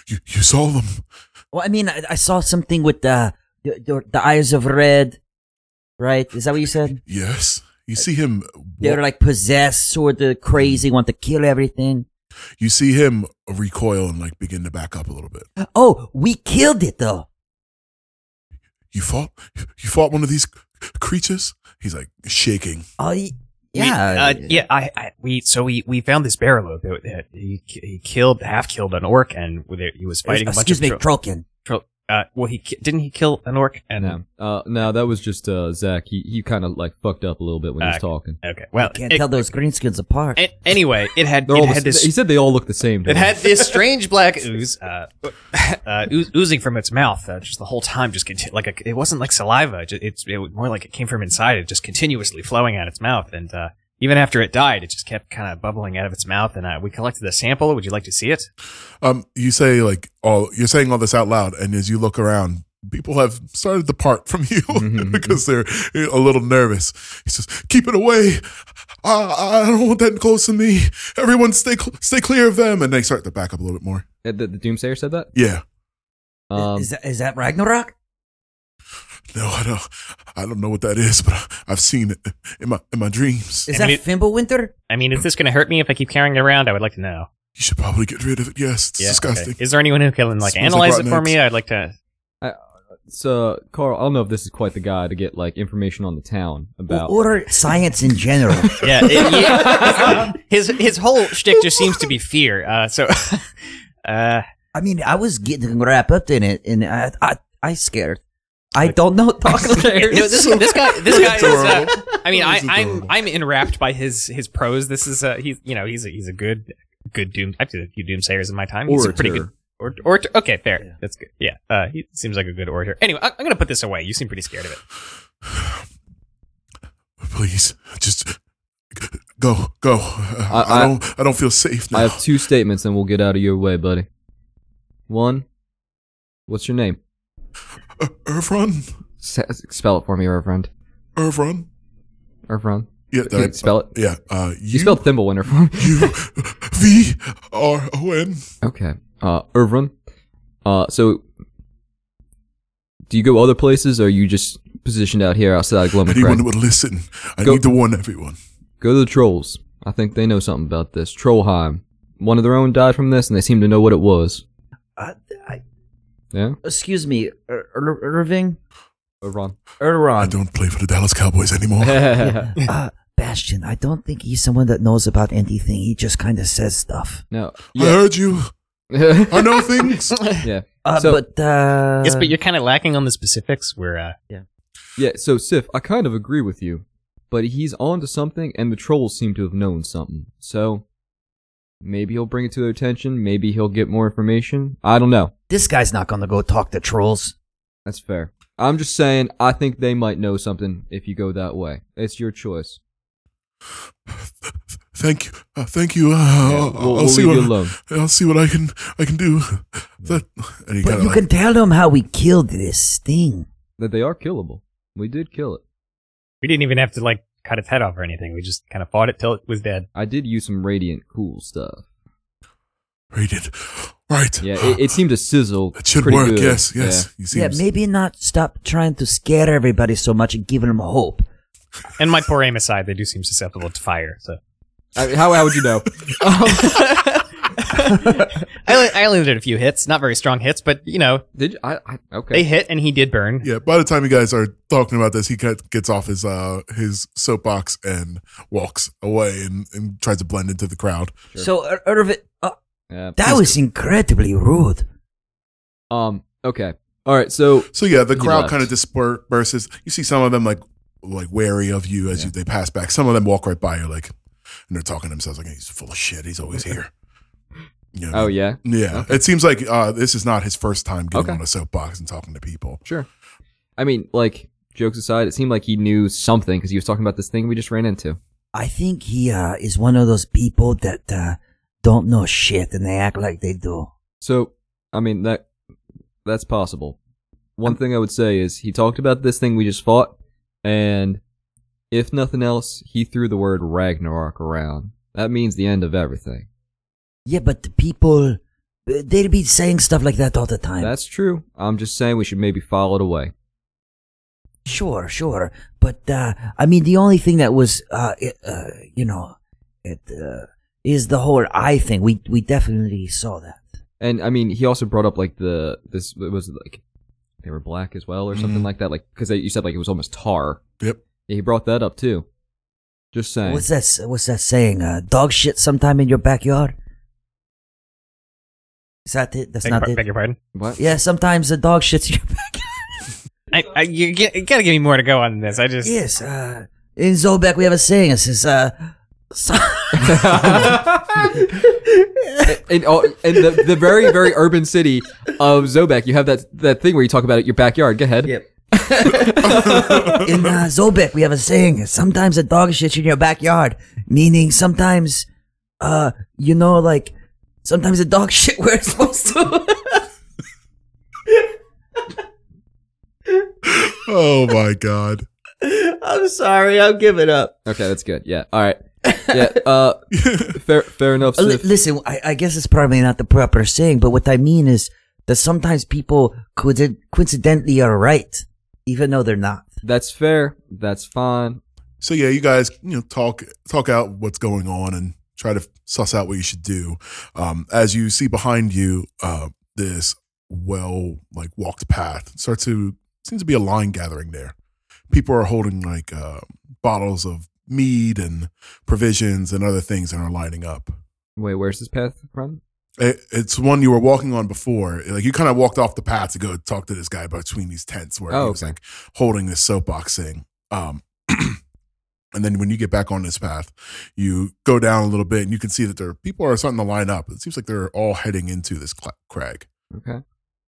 You you saw them. Well, I mean, I, I saw something with the, the the the eyes of red, right? Is that what you said? Yes. You see him. They were like possessed, sort of crazy, want to kill everything. you see him recoil and like begin to back up a little bit. Oh, we killed it though. You fought. You fought one of these c- creatures. He's like shaking. Oh, y- yeah, We, uh, yeah. I, I, we, so we, we found this barrel of that that he, he killed, half killed an orc, and with it, he was fighting a bunch Excuse of me, tro- Trokin. tro- Uh, well, he ki- didn't he kill an orc? And No, uh, no, that was just uh, Zach. He he kind of like fucked up a little bit when he was Okay. talking. okay, well, Can't it- tell those greenskins apart. a- anyway, it had They're it all had the, this he said they all look the same. to It him. had this strange black ooze uh, uh, ooze- oozing from its mouth, uh, just the whole time, just conti- like a, it wasn't like saliva. It, it, it was more like it came from inside. It just continuously flowing out its mouth, and uh, even after it died, it just kept kind of bubbling out of its mouth. And uh, we collected a sample. Would you like to see it? Um, you say like all you're saying all this out loud, and as you look around, people have started to part from you Mhm. because they're eh, a little nervous. He says, "Keep it away. I, I don't want that close to me. Everyone, stay cl- stay clear of them." And they start to back up a little bit more. Uh, the, the doomsayer said that. Yeah. Um, is, that, is that Ragnarok? No, I don't. I don't know what that is, but I've seen it in my in my dreams. Is I that mean, Fimbulwinter? I mean, is this going to hurt me if I keep carrying it around? I would like to know. you should probably get rid of it. Yes, it's disgusting. Is there anyone who can like Smells like analyze it rotten for eggs. me? I'd like to. so Carl, I don't know if this is quite the guy to get like information on the town about. Or or science in general? Yeah, it- yeah. his his whole shtick just seems to be fear. Uh, so, uh, I mean, I was getting wrapped up in it, and I, I, I scared. I don't know. Talk Yeah, no, this, this guy, this guy is. adorable. Uh, I mean, I, That is I'm adorable. I'm enwrapped by his his prose. This is uh, he's you know he's a, he's a good good doom. I've did a few doomsayers in my time. He's a pretty good Orator. or, orator. Okay, fair. That's good. Yeah, uh, he seems like a good orator. Anyway, I, I'm gonna put this away. You seem pretty scared of it. Please, just go, go. I, I- don't. I don't feel safe now. I have two statements, and we'll get out of your way, buddy. One, what's your name? Ir- Irvron, S- spell it for me, Reverend. Irvron. Irvron. Yeah, Can you spell it? Yeah, uh, You, spelled Thimblewinter for me. you V R O N. Okay. Uh, Irvron. Uh, so do you go other places, or are you just positioned out here outside Gloom Anyone that would listen, I Go- need to warn everyone. Go to the trolls. I think they know something about this. Trollheim. One of their own died from this, and they seem to know what it was. Uh, I, Yeah. excuse me, Ir- Er, Ir- Irving, Irvron. I Irron. don't play for the Dallas Cowboys anymore. uh, Bastion, I don't think he's someone that knows about anything. He just kind of says stuff. no. I Yeah. heard you. I know things. yeah. Uh, So- but uh, yes, but you're kind of lacking on the specifics. Where uh, Yeah. So Sif, I kind of agree with you, but he's on to something, and the trolls seem to have known something. So maybe he'll bring it to their attention. Maybe he'll get more information. I don't know. this guy's not going to go talk to trolls. That's fair. I'm just saying, I think they might know something if you go that way. It's your choice. Thank you. Uh, thank you. Uh, I'll, we'll- I'll we'll see leave you what alone. I'll see what I can I can do. That and he But kind you of can like, tell him how we killed this thing. That they are killable. We did kill it. we didn't even have to like cut its head off or anything. We just kind of fought it till it was dead. I did use some radiant cool stuff. read it. Right. Yeah, it, it seemed to sizzle. It should pretty work. good. Yes. Yes. He Yeah, seems. maybe not stop trying to scare everybody so much and give them hope. And my poor aim aside, they do seem susceptible to fire. So Yeah. I mean, how, how would you know? Um, I only, I only did a few hits, not very strong hits, but you know did you? I, I, okay. they hit and he did burn. Yeah, by the time you guys are talking about this, he get- gets off his uh his soapbox and walks away and, and tries to blend into the crowd. Sure. So, Ir- Irvin, uh, Yeah. that was incredibly rude. Um. Okay. All right. So So yeah, the He crowd left. kind of disperses. You see some of them like like wary of you as you, they pass back. Some of them walk right by you, like, and they're talking to themselves like he's full of shit. He's always here. You know what I Oh mean? yeah. yeah. It seems like uh, this is not his first time getting Okay. on a soapbox and talking to people. Sure. I mean, like jokes aside, it seemed like he knew something because he was talking about this thing we just ran into. I think he uh, is one of those people that uh, don't know shit and they act like they do. So I mean that that's possible. One thing I would say is he talked about this thing we just fought, and if nothing else, he threw the word Ragnarok around. That means the end of everything. Yeah, but the people, they'd be saying stuff like that all the time. That's true. I'm just saying we should maybe file it away. Sure, sure. But, uh, I mean, the only thing that was, uh, it, uh, you know, it, uh, is the whole eye thing. We, we definitely saw that. And I mean, he also brought up like the this it was like they were black as well or something like that. Like because you said like it was almost tar. Yep. He brought that up too. Just saying. What's that, s- what's that saying? Uh, dog shit sometime in your backyard? Is that it? That's Beg, not par- it. beg your pardon. What? Yeah, sometimes the dog shits your back. I, I, you, get, you gotta give me more to go on this. I just Yes. Uh, in Zobek, we have a saying. It says, uh, so- in, all, in the, the very very urban city of Zobek, you have that that thing where you talk about it your backyard. Go ahead. Yep. in uh, Zobek, we have a saying. Sometimes a dog shits in your backyard, meaning sometimes, uh, you know, like sometimes a dog shit where it's supposed to. Oh my god. I'm sorry. I'm giving up. Okay, that's good. Yeah. All right. Yeah. Uh, fair fair enough. Uh, li- Sif. listen, I, I guess it's probably not the proper saying, but what I mean is that sometimes people could coincidentally are right, even though they're not. That's fair. That's fine. So yeah, you guys, you know, talk talk out what's going on and try to suss out what you should do. Um, as you see behind you, uh, this well like walked path starts to seems to be a line gathering there. People are holding like uh, bottles of mead and provisions and other things and are lining up. Wait, where's this path from? It, it's one you were walking on before. Like you kind of walked off the path to go talk to this guy between these tents where he Oh, was okay. like holding this soapbox thing. Um, and then when you get back on this path, you go down a little bit and you can see that there people are starting to line up. It seems like they're all heading into this cla crag. Okay.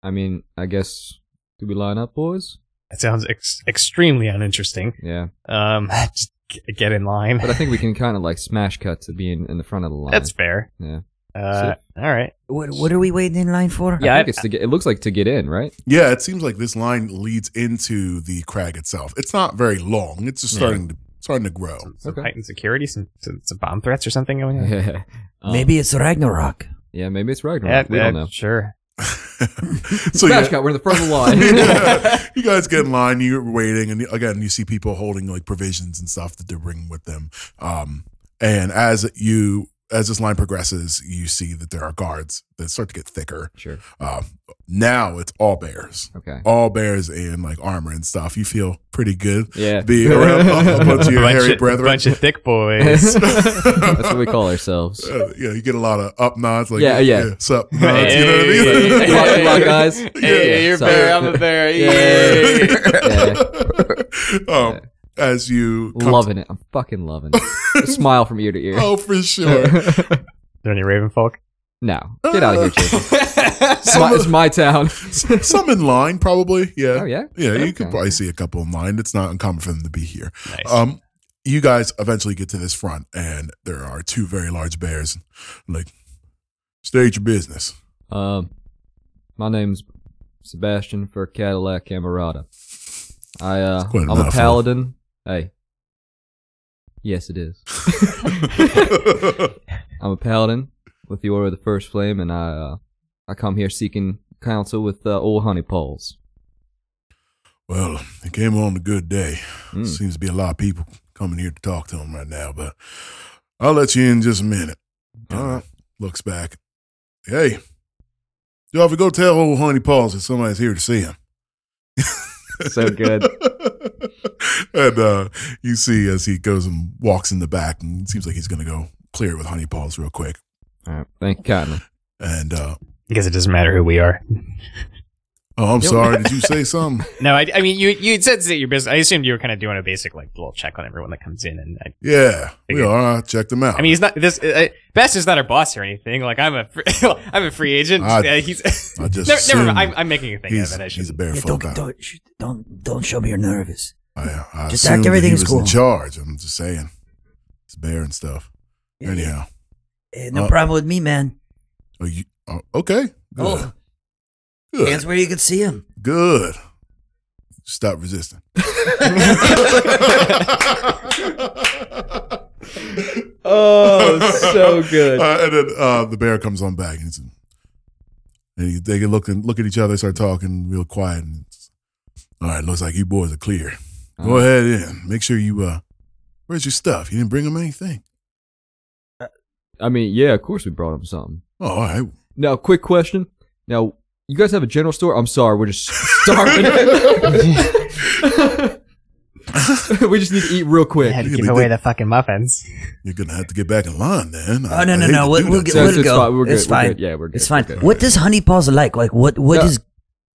I mean, I guess do we line up, boys? that sounds ex- extremely uninteresting. Yeah. Um, just g- get in line. But I think we can kind of like smash cut to being in the front of the line. That's fair. Yeah. Uh, all right. What, what are we waiting in line for? I Yeah, think I- it's to get, it looks like to get in, right? Yeah, it seems like this line leads into the crag itself. It's not very long. It's just Yeah. starting to starting to grow. Some, some Okay. heightened security, some, some, some bomb threats or something going on. Yeah. Maybe it's Ragnarok. Yeah, maybe it's Ragnarok. Yeah, we yeah, don't know. Sure. so smash yeah, cut. We're in the front of the line. you guys get in line, you're waiting, and again, you see people holding like provisions and stuff that they're bringing with them. Um, and as you, as this line progresses, you see that there are guards that start to get thicker. Sure. Uh, now it's all bears, Okay. all bears in like armor and stuff. You feel pretty good Yeah. being around a, a bunch of your hairy of, brethren. bunch of thick boys. That's what we call ourselves. Uh, yeah, you get a lot of up nods, like Yeah, yeah. sup nods. you know what I mean? Hey, Lock- hey, lock eyes. Yeah, sorry. a bear. Yeah. Yeah. um, as you come Loving it. I'm fucking loving it. Smile from ear to ear. Oh, for sure. there any raven folk? No. Get out of here, Jason. It's Some, my, it's my town. some in line, probably. Yeah. Oh, yeah? Yeah, you could Okay. probably see a couple in line. It's not uncommon for them to be here. Nice. Um, you guys eventually get to this front, and there are two very large bears. Like, state your business. Um, my name's Sebastian for Cadillac Camerata. I uh, quite a I'm a mouthful. paladin. Hey, yes, it is. I'm a paladin with the Order of the First Flame, and I uh, I come here seeking counsel with uh, old honey poles. well, it came on a good day. Hmm. Mm. Seems to be a lot of people coming here to talk to him right now, but I'll let you in just a minute. All right. Looks back. Hey, y'all, if you go tell old Honey Paws that somebody's here to see him. So good. and uh, you see as he goes and walks in the back, and it seems like he's going to go clear it with Honey Paws real quick. All right, thank you kindly. And uh, I guess it doesn't matter who we are. oh, I'm Yep. sorry, did you say something? No, I, I mean you. You said that your business. I assumed you were kind of doing a basic like little check on everyone that comes in, and uh, I, Yeah, we Okay. are. I checked him out. I mean, he's not this. Uh, Bastion's not our boss or anything. Like I'm a, free, I'm a free agent. I- Uh, he's. I just never, never mind. assumed I'm, I'm making a thing out he's, of it. I he's a should. bear Yeah, folk. don't, I- don't, sh- don't, don't show me you're nervous. I, I Just assumed act that everything he is was cool. in charge. I'm just saying, it's bear and stuff. Yeah, Anyhow, yeah, Eh, no Uh, problem with me, man. are you oh, okay? Good. Oh, good. hands where you can see him. Good. Stop resisting. Oh, so good. Uh, and then uh, the bear comes on back, and, he's, and he, they can look and look at each other, start talking real quiet. And it's, all right, looks like you boys are clear. Uh, Go Uh-huh. ahead in. Make sure you. uh Where's your stuff? You didn't bring them anything. I mean, yeah, of course we brought him something. Oh, all right. Now, quick question. Now, you guys have a general store? I'm sorry, we're just starving. we just need to eat real quick. had to Yeah, give we away did. the fucking muffins. You're gonna have to get back in line, man. Oh, no, no, no, we'll- we'll get- So Let it's, it it's go. fine. We're good. It's we're fine. good. Yeah, we're good. It's fine. We're good. What does honey paws like? Like what? What No. is?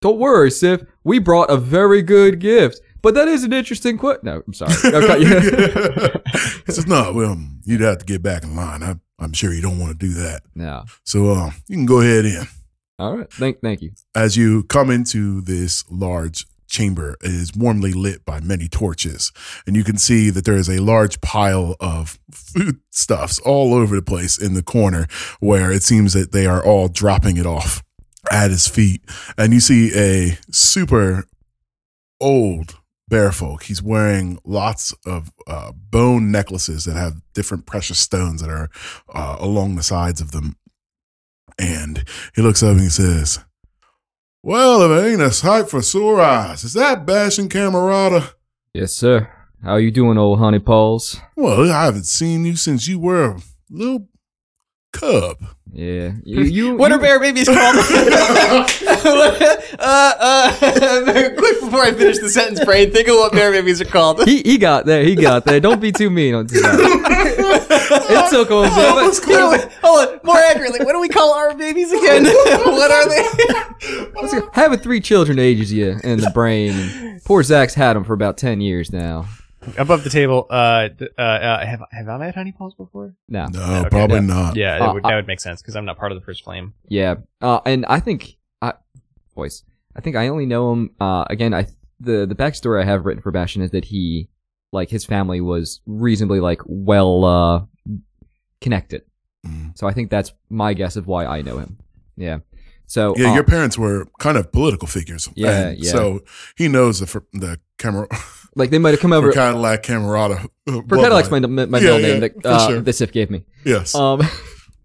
Don't worry, Sif. We brought a very good gift. But that is an interesting question. No, I'm sorry. I'll cut you. he says, "No, well, um, you'd have to get back in line. I, I'm sure you don't want to do that. no. So uh, you can go ahead in." All right. Thank, thank you. As you come into this large chamber, it is warmly lit by many torches, and you can see that there is a large pile of food stuffs all over the place in the corner, where it seems that they are all dropping it off at his feet. And you see a super old bear folk. He's wearing lots of uh, bone necklaces that have different precious stones that are uh, along the sides of them. And he looks up and he says, well, if it ain't a sight for sore eyes, is that bashing camarada? Yes, sir. How you doing, old honey paws? Well, I haven't seen you since you were a little cub. Yeah. You, you, What you, are bear babies called? uh, uh, quick before I finish the sentence, Brain, think of what bear babies are called. he, he got there. He got there. Don't be too mean on that. it took him a bit. but- Hold on, hold on, more accurately, what do we call our babies again? what are they? Let's go. Having three children ages you in the brain. Poor Zach's had him for about 10 years now. Above the table, uh, d- uh, uh have, have I met Honey Paws before? No. No, probably not. Yeah, Uh, that, would, that would make sense because I'm not part of the first flame. Yeah. Uh, and I think, I, boys, I think I only know him, uh, again, I, the, the backstory I have written for Bastion is that he, like, his family was reasonably, like, well, uh, connected. Mm. So I think that's my guess of why I know him. Yeah. So, Yeah, uh, your parents were kind of political figures. Yeah, and yeah. So he knows the fr- the camera like, they might have come over. for Cadillac camarada. uh, For Cadillac's my, bloodline. my Yeah, middle yeah, name that, for uh, sure. that Sif gave me. yes, Um,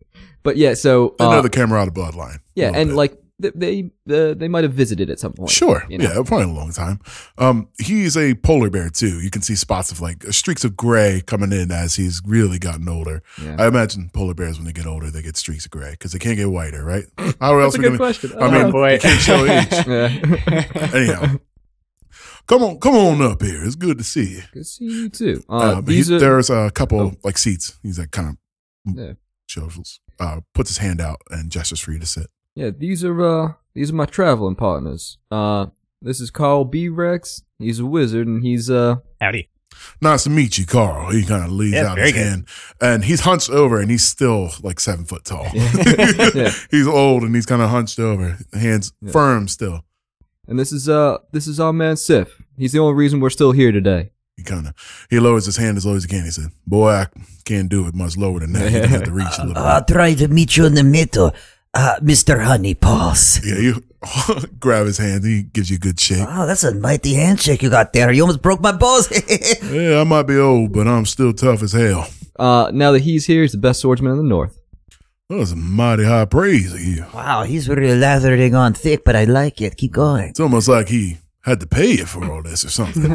but yeah, so. they uh, know the camarada bloodline. a Yeah, little and bit. like th- they they, they might have visited at some point. Sure. you know? Yeah, probably a long time. Um, he's a polar bear too. You can see spots of like streaks of gray coming in as he's really gotten older. Yeah. I imagine polar bears when they get older, they get streaks of gray because they can't get whiter, right? How else That's a would good they? question. I mean, Oh, boy. you can't show age. yeah. Anyhow, come on, come on up here. It's good to see you. Good to see you too. Uh, Uh, he- these are, there's a couple Oh. like seats. He's like kind of Yeah. shuffles, uh, puts his hand out and gestures for you to sit. yeah, these are uh these are my traveling partners. Uh, this is Carl B Rex. He's a wizard, and he's uh Howdy. Nice to meet you, Carl. He kind of leaves Yeah, out very his good. hand, and he's hunched over, and he's still like seven foot tall. Yeah. he's old, and he's kind of hunched over, hands Yeah. firm still. and this is uh this is our man Sif. He's the only reason we're still here today. He kind of he lowers his hand as low as he can. He said, "Boy, I can't do it much lower than that. You have to reach a Uh, little." I'll try to meet you in the middle, uh, Mister Honey Paws. yeah, you grab his hand. He gives you a good shake. Wow, that's a mighty handshake you got there. You almost broke my balls. Yeah, I might be old, but I'm still tough as hell. Uh, now that he's here, he's the best swordsman in the north. That was a mighty high praise of you. wow, he's really lathering on thick, but I like it. Keep going. It's almost like he had to pay you for all this or something.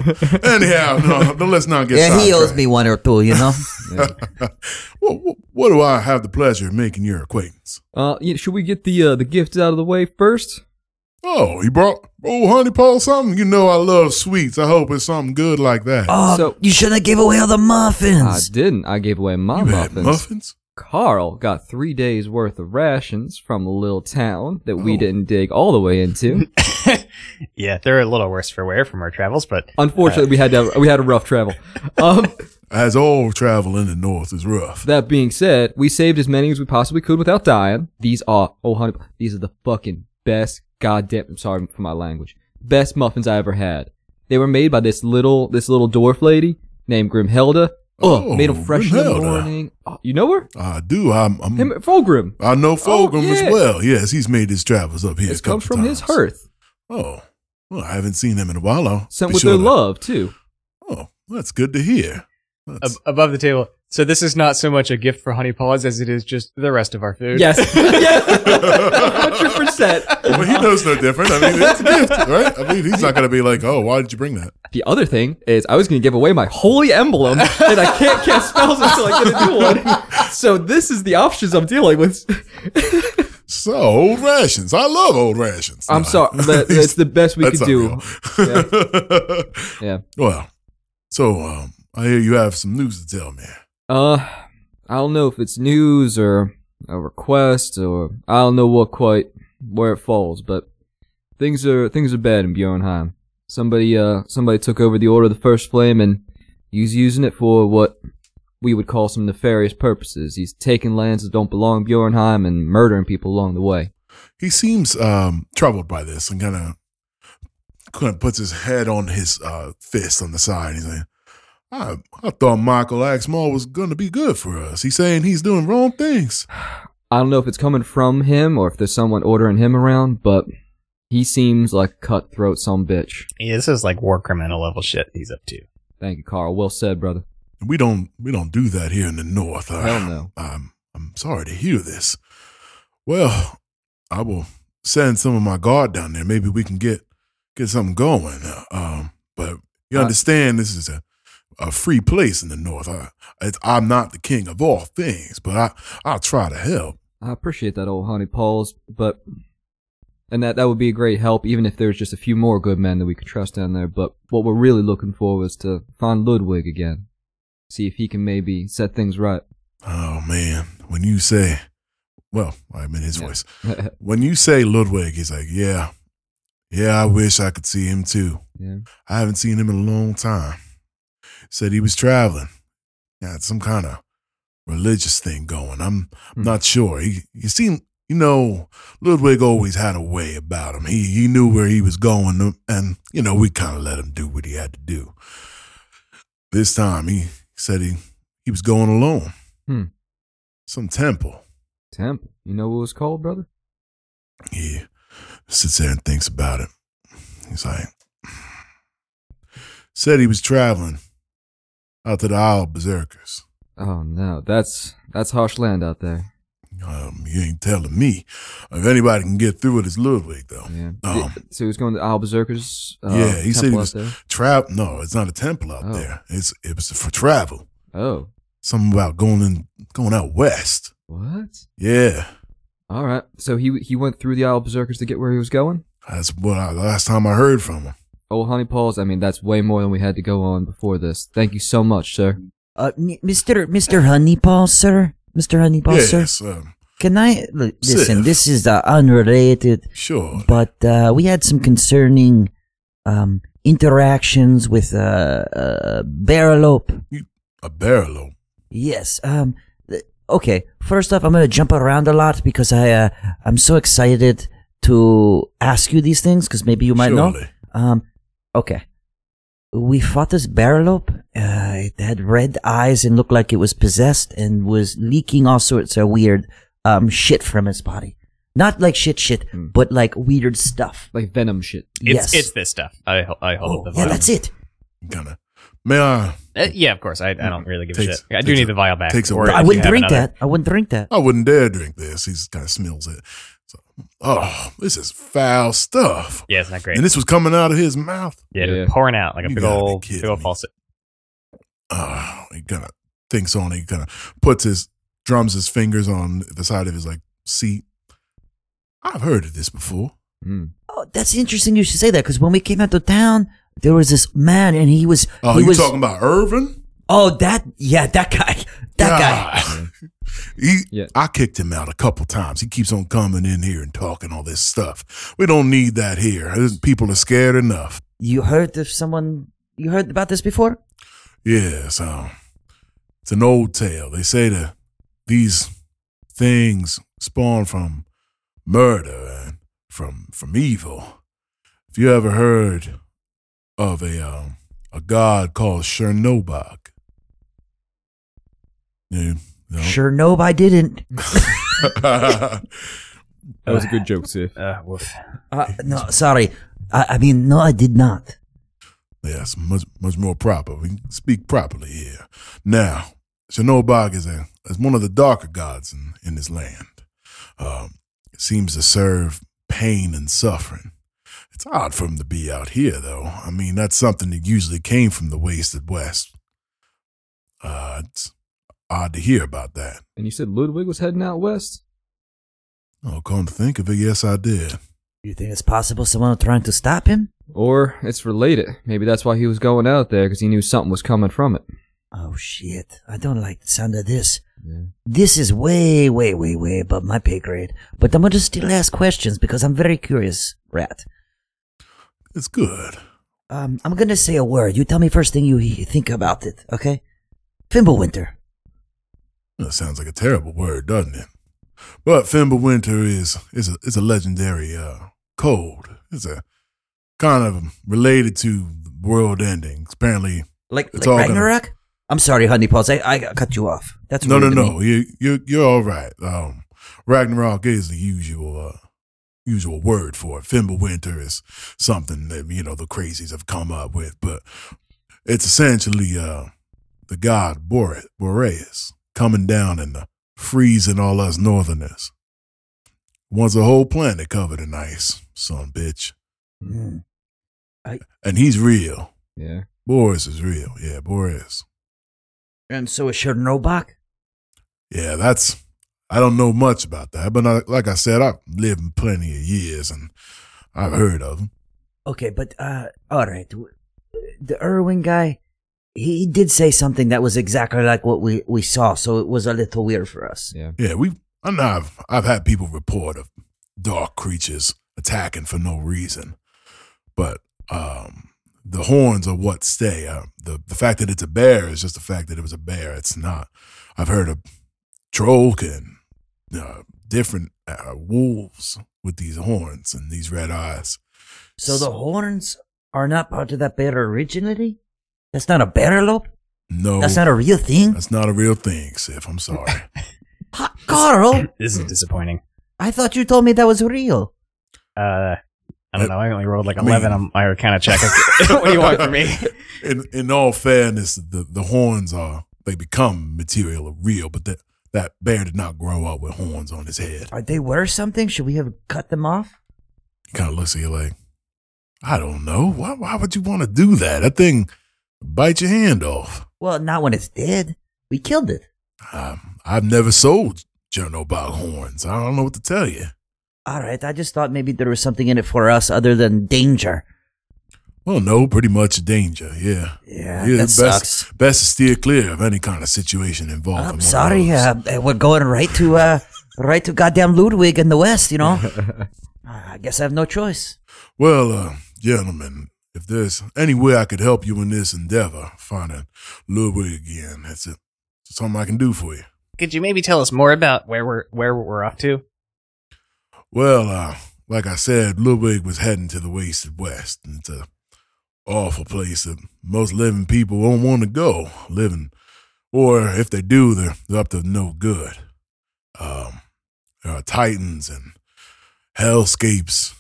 Anyhow, no, no, let's not get Yeah, he owes sidetracked. me one or two, you know. Well, wh- what do I have the pleasure of making your acquaintance? Uh, yeah, should we get the uh, the gift out of the way first? Oh, you brought old honey paw something? You know I love sweets. I hope it's something good like that. Oh, So- you shouldn't give away all the I muffins. didn't. I gave away my you had muffins. muffins? Carl got three days worth of rations from a little town that we Oh. didn't dig all the way into. Yeah, they're a little worse for wear from our travels, but uh, Unfortunately, we had to, we had a rough travel. Um, As all travel in the north is rough. that being said, we saved as many as we possibly could without dying. These are oh honey, these are the fucking best goddamn. I'm sorry for my language. Best muffins I ever had. They were made by this little this little dwarf lady named Grimhilda. Oh, Oh, made them fresh in the Grimhilda. morning. Oh, you know her? I do. I'm, I'm Him, Fulgrim. I know Fulgrim yeah. as well. Yes, he's made his travels up here. a This comes couple from his times. hearth, Oh, well, I haven't seen him in a while. I'll sent be with sure their to- love too. Oh, that's good to hear. ab- That's- above the table. So this is not so much a gift for Honey Paws as it is just the rest of our food. Yes. Hundred percent. well, he knows no different. I mean, it's a gift, right? I mean, he's not going to be like, "Oh, why did you bring that?" The other thing is, I was going to give away my holy emblem, and I can't cast spells until I get a new one. So this is the options I'm dealing with. So old rations. I love old rations. I'm No, sorry, but it's the best we that's could do. unreal. Yeah. Well, So, um, I hear you have some news to tell me. Uh, I don't know if it's news or a request or I don't know what quite where it falls, but things are things are bad in Bjornheim. Somebody uh somebody took over the order of the first flame and he's using it for what we would call some nefarious purposes. He's taking lands that don't belong in Bjornheim and murdering people along the way. He seems um, troubled by this and kind of kind of puts his head on his uh, fist on the side. He's like, I, I thought Michael Axmall was going to be good for us. He's saying he's doing wrong things. I don't know if it's coming from him or if there's someone ordering him around, but he seems like a cutthroat some bitch. Yeah, this is like war criminal level shit he's up to. Thank you, Carl. Well said, brother. We don't we don't do that here in the north. I- Hell no. I'm I'm sorry to hear this. Well, I will send some of my guard down there. Maybe we can get get something going. Uh, um, but you Uh, understand this is a a free place in the north. I, it's, I'm not the king of all things, but I I'll try to help. I appreciate that, old honey Pauls, but and that that would be a great help, even if there's just a few more good men that we could trust down there. But what we're really looking for is to find Ludwig again, see if he can maybe set things right. Oh man, when you say, well, I'm in his Yeah. voice. When you say Ludwig, he's like, yeah, yeah. I wish I could see him too. yeah. I haven't seen him in a long time. Said he was traveling. Got some kind of religious thing going. I'm Hmm. not sure. He he seemed you know, Ludwig always had a way about him. He he knew where he was going uh, and you know, we kinda let him do what he had to do. This time he said he, he was going alone. Hmm. Some temple. Temple. You know what it was called, brother? He sits there and thinks about it. He's like, said he was traveling out to the Isle of Berserkers. Oh no, that's that's harsh land out there. Um, you ain't telling me. If anybody can get through it, it's Ludwig, though. Yeah. Um, Th- so he was going to Isle Berserkers. Uh, Yeah, he said he temple out was- there? Trap? No, it's not a temple out Oh. there. It's it was for travel. Oh, Something about going in, going out west. what? Yeah, All right. So he he went through the Isle Berserkers to get where he was going. that's what I, last time I heard from him. Oh, honey Pauls. I mean, that's way more than we had to go on before this. Thank you so much, sir. Uh, m- Mr. Mr. Honeypaw, sir? Mr. Honeypaw, sir? yes, um, Can I l- listen? Sir. This is uh, unrelated, sure. but uh, we had some concerning um, interactions with uh, uh, Barrelope. A barrel. Yes. Um. th- Okay. First off, I'm gonna jump around a lot because I uh, I'm so excited to ask you these things because maybe you might know. Surely. Um. Okay. We fought this Barrelope. Uh, it had red eyes and looked like it was possessed and was leaking all sorts of weird um shit from its body. Not like shit, shit, Hmm. but like weird stuff. Like venom shit. It's, yes. it's this stuff. I, ho- I oh, hold the yeah, vial. that's it. Kind of. May I? Uh, yeah, of course. I, I don't really give Takes- a shit. I do takes need a- the vial back. takes a Or while. if I you wouldn't have drink another- that. I wouldn't drink that. I wouldn't dare drink this. He kind of smells it. So, oh, this is foul stuff. Yeah, it's not great. And this was coming out of his mouth. yeah, Yeah. pouring out like a You big gotta be old, kidding big old me. faucet. Oh, he kind of thinks on it. He kind of puts his drums his fingers on the side of his like seat. I've heard of this before. Mm. Oh, that's interesting. You should say that because when we came out to town, there was this man, and he was. Oh, he you was, talking about Ah. Irvin? Oh, that yeah, that guy, that guy. God. He, Yeah. I kicked him out a couple times. He keeps on coming in here and talking all this stuff. We don't need that here. People are scared enough. You heard of someone? You heard about this before? Yeah, so it's an old tale. They say that these things spawn from murder and from from evil. If you ever heard of a um, a god called Chernobog, yeah, no. Sure, no, I didn't. That was a good joke, Sif. Uh, woof. Uh, no, sorry. I, I mean, no, I did not. Yes, much much more proper. We can speak properly here. Now, Chernobog is a is one of the darker gods in, in this land. Um, it seems to serve pain and suffering. It's odd for him to be out here, though. I mean, that's something that usually came from the wasted west. Uh, it's odd to hear about that. And you said Ludwig was heading out west? Oh, come to think of it, yes, I did. You think it's possible someone trying to stop him? Or it's related. Maybe that's why he was going out there because he knew something was coming from it. Oh shit! I don't like the sound of this. Yeah. This is way, way, way, way above my pay grade. But I'm gonna still ask questions because I'm very curious, Rat. It's good. Um, I'm gonna say a word. You tell me first thing you he- think about it, okay? Fimblewinter. That sounds like a terrible word, doesn't it? But Fimbulwinter is is a is a legendary uh, cold. It's a kind of related to world endings. Apparently, Like, It's like all gonna- Ragnarok? I'm sorry, honey, Paul. I, I cut you off. That's no, no, rude to no. me. You you you're all right. Um, Ragnarok is the usual uh, usual word for it. Fimbulwinter is something that you know the crazies have come up with, but it's essentially uh, the god Bore- Boreas coming down and uh, freezing all us northerners. Wants the whole planet covered in ice, son bitch. Mm. And he's real. Yeah. Boris is real. Yeah, Boreas. And so is Chernobok. Yeah, that's. I don't know much about that, but I, like I said, I've lived plenty of years and I've heard of them. Okay, but uh, all right. W- The Irwin guy, he did say something that was exactly like what we we saw, so it was a little weird for us. Yeah. Yeah, we. I know I've, I've had people report of dark creatures attacking for no reason, but um, the horns are what stay. Uh, the the fact that it's a bear is just the fact that it was a bear. It's not. I've heard of trollkin, uh, different uh, wolves with these horns and these red eyes. So the horns are not part of that bear originally. That's not a bearlope. No, That's not a real thing. That's not a real thing, Sif. I'm sorry. Ha, Carl, This is disappointing. I thought you told me that was real. Uh, I don't know. I only rolled like I mean- 11 on my kind of check. what do you want from me? in in all fairness, the, the horns are they become material or real, but that that bear did not grow up with horns on his head. Are they worth something? Should we have cut them off? He kind of looks at you like, I don't know. Why why would you want to do that? That thing bite your hand off. Well, not when it's dead. We killed it. Um, I've never sold Chernobog horns. I don't know what to tell you. All right, I just thought maybe there was something in it for us other than danger. Well, no, pretty much danger. Yeah, Yeah, Yeah, that best, sucks. Best to steer clear of any kind of situation involving. one I'm of sorry, those. uh, uh, we're going right to uh, right to goddamn Ludwig in the West, you know. I guess I have no choice. Well, uh, gentlemen, if there's any way I could help you in this endeavor, finding Ludwig again, that's it. Something I can do for you. Could you maybe tell us more about where we're where we're off to? Well, uh, like I said, Ludwig was heading to the wasted west. And it's a awful place that most living people won't want to go living, or if they do, they're, they're up to no good. Um, there are titans and hellscapes,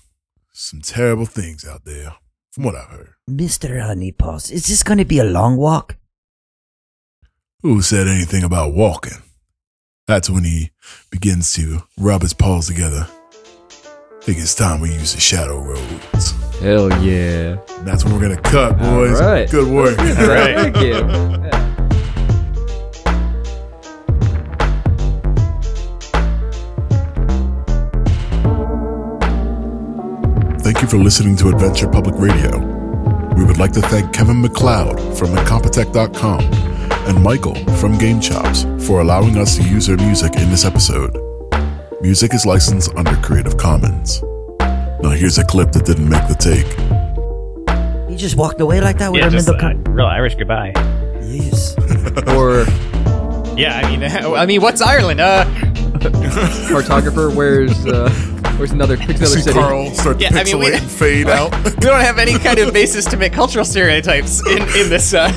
some terrible things out there, from what I've heard. Mr. Honeypaws, is this going to be a long walk? who said anything about walking. That's when he begins to rub his paws together. I think it's time we use the shadow roads. Hell yeah. And that's when we're gonna cut, All boys. right. Good work. Right. Thank you. Thank you for listening to Adventure Public Radio. We would like to thank Kevin McLeod from Incompetech.com and Michael from Game Chops for allowing us to use their music in this episode. Music is licensed under Creative Commons. Now here's a clip that didn't make the take. He just walked away like that with Yeah, a just uh, middle a cut. real Irish goodbye. Yes. Or Yeah, I mean, I mean, what's Ireland? Uh, cartographer wears uh, where's another picks another See city. Carl start to Yeah, I mean, pixelate we- and fade out. we don't have any kind of basis to make cultural stereotypes in, in this uh,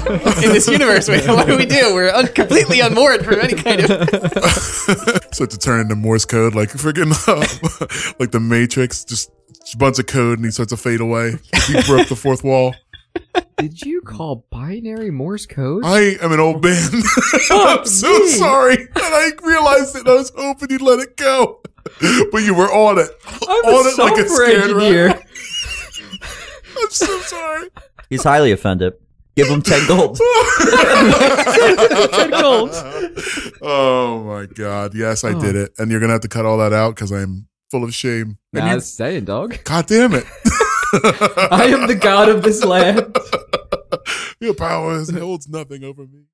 in this universe. We- What do we do? We're un- completely unmoored from any kind of. So to turn into Morse code, like freaking uh, like the Matrix, just a bunch of code, and he starts to fade away. He broke the fourth wall. Did you call binary Morse code? I am an old man. Oh, I'm so sorry, and I realized it. I was hoping you'd let it go, but you were on it, I'm on a it like a software scared rat. engineer. I'm so sorry. He's highly offended. Give him ten gold. Oh my god! Yes, I Oh. did it, and you're gonna have to cut all that out because I'm full of shame. And Nah, you- it's saying, dog. God damn it. I am the god of this land. Your power holds nothing over me.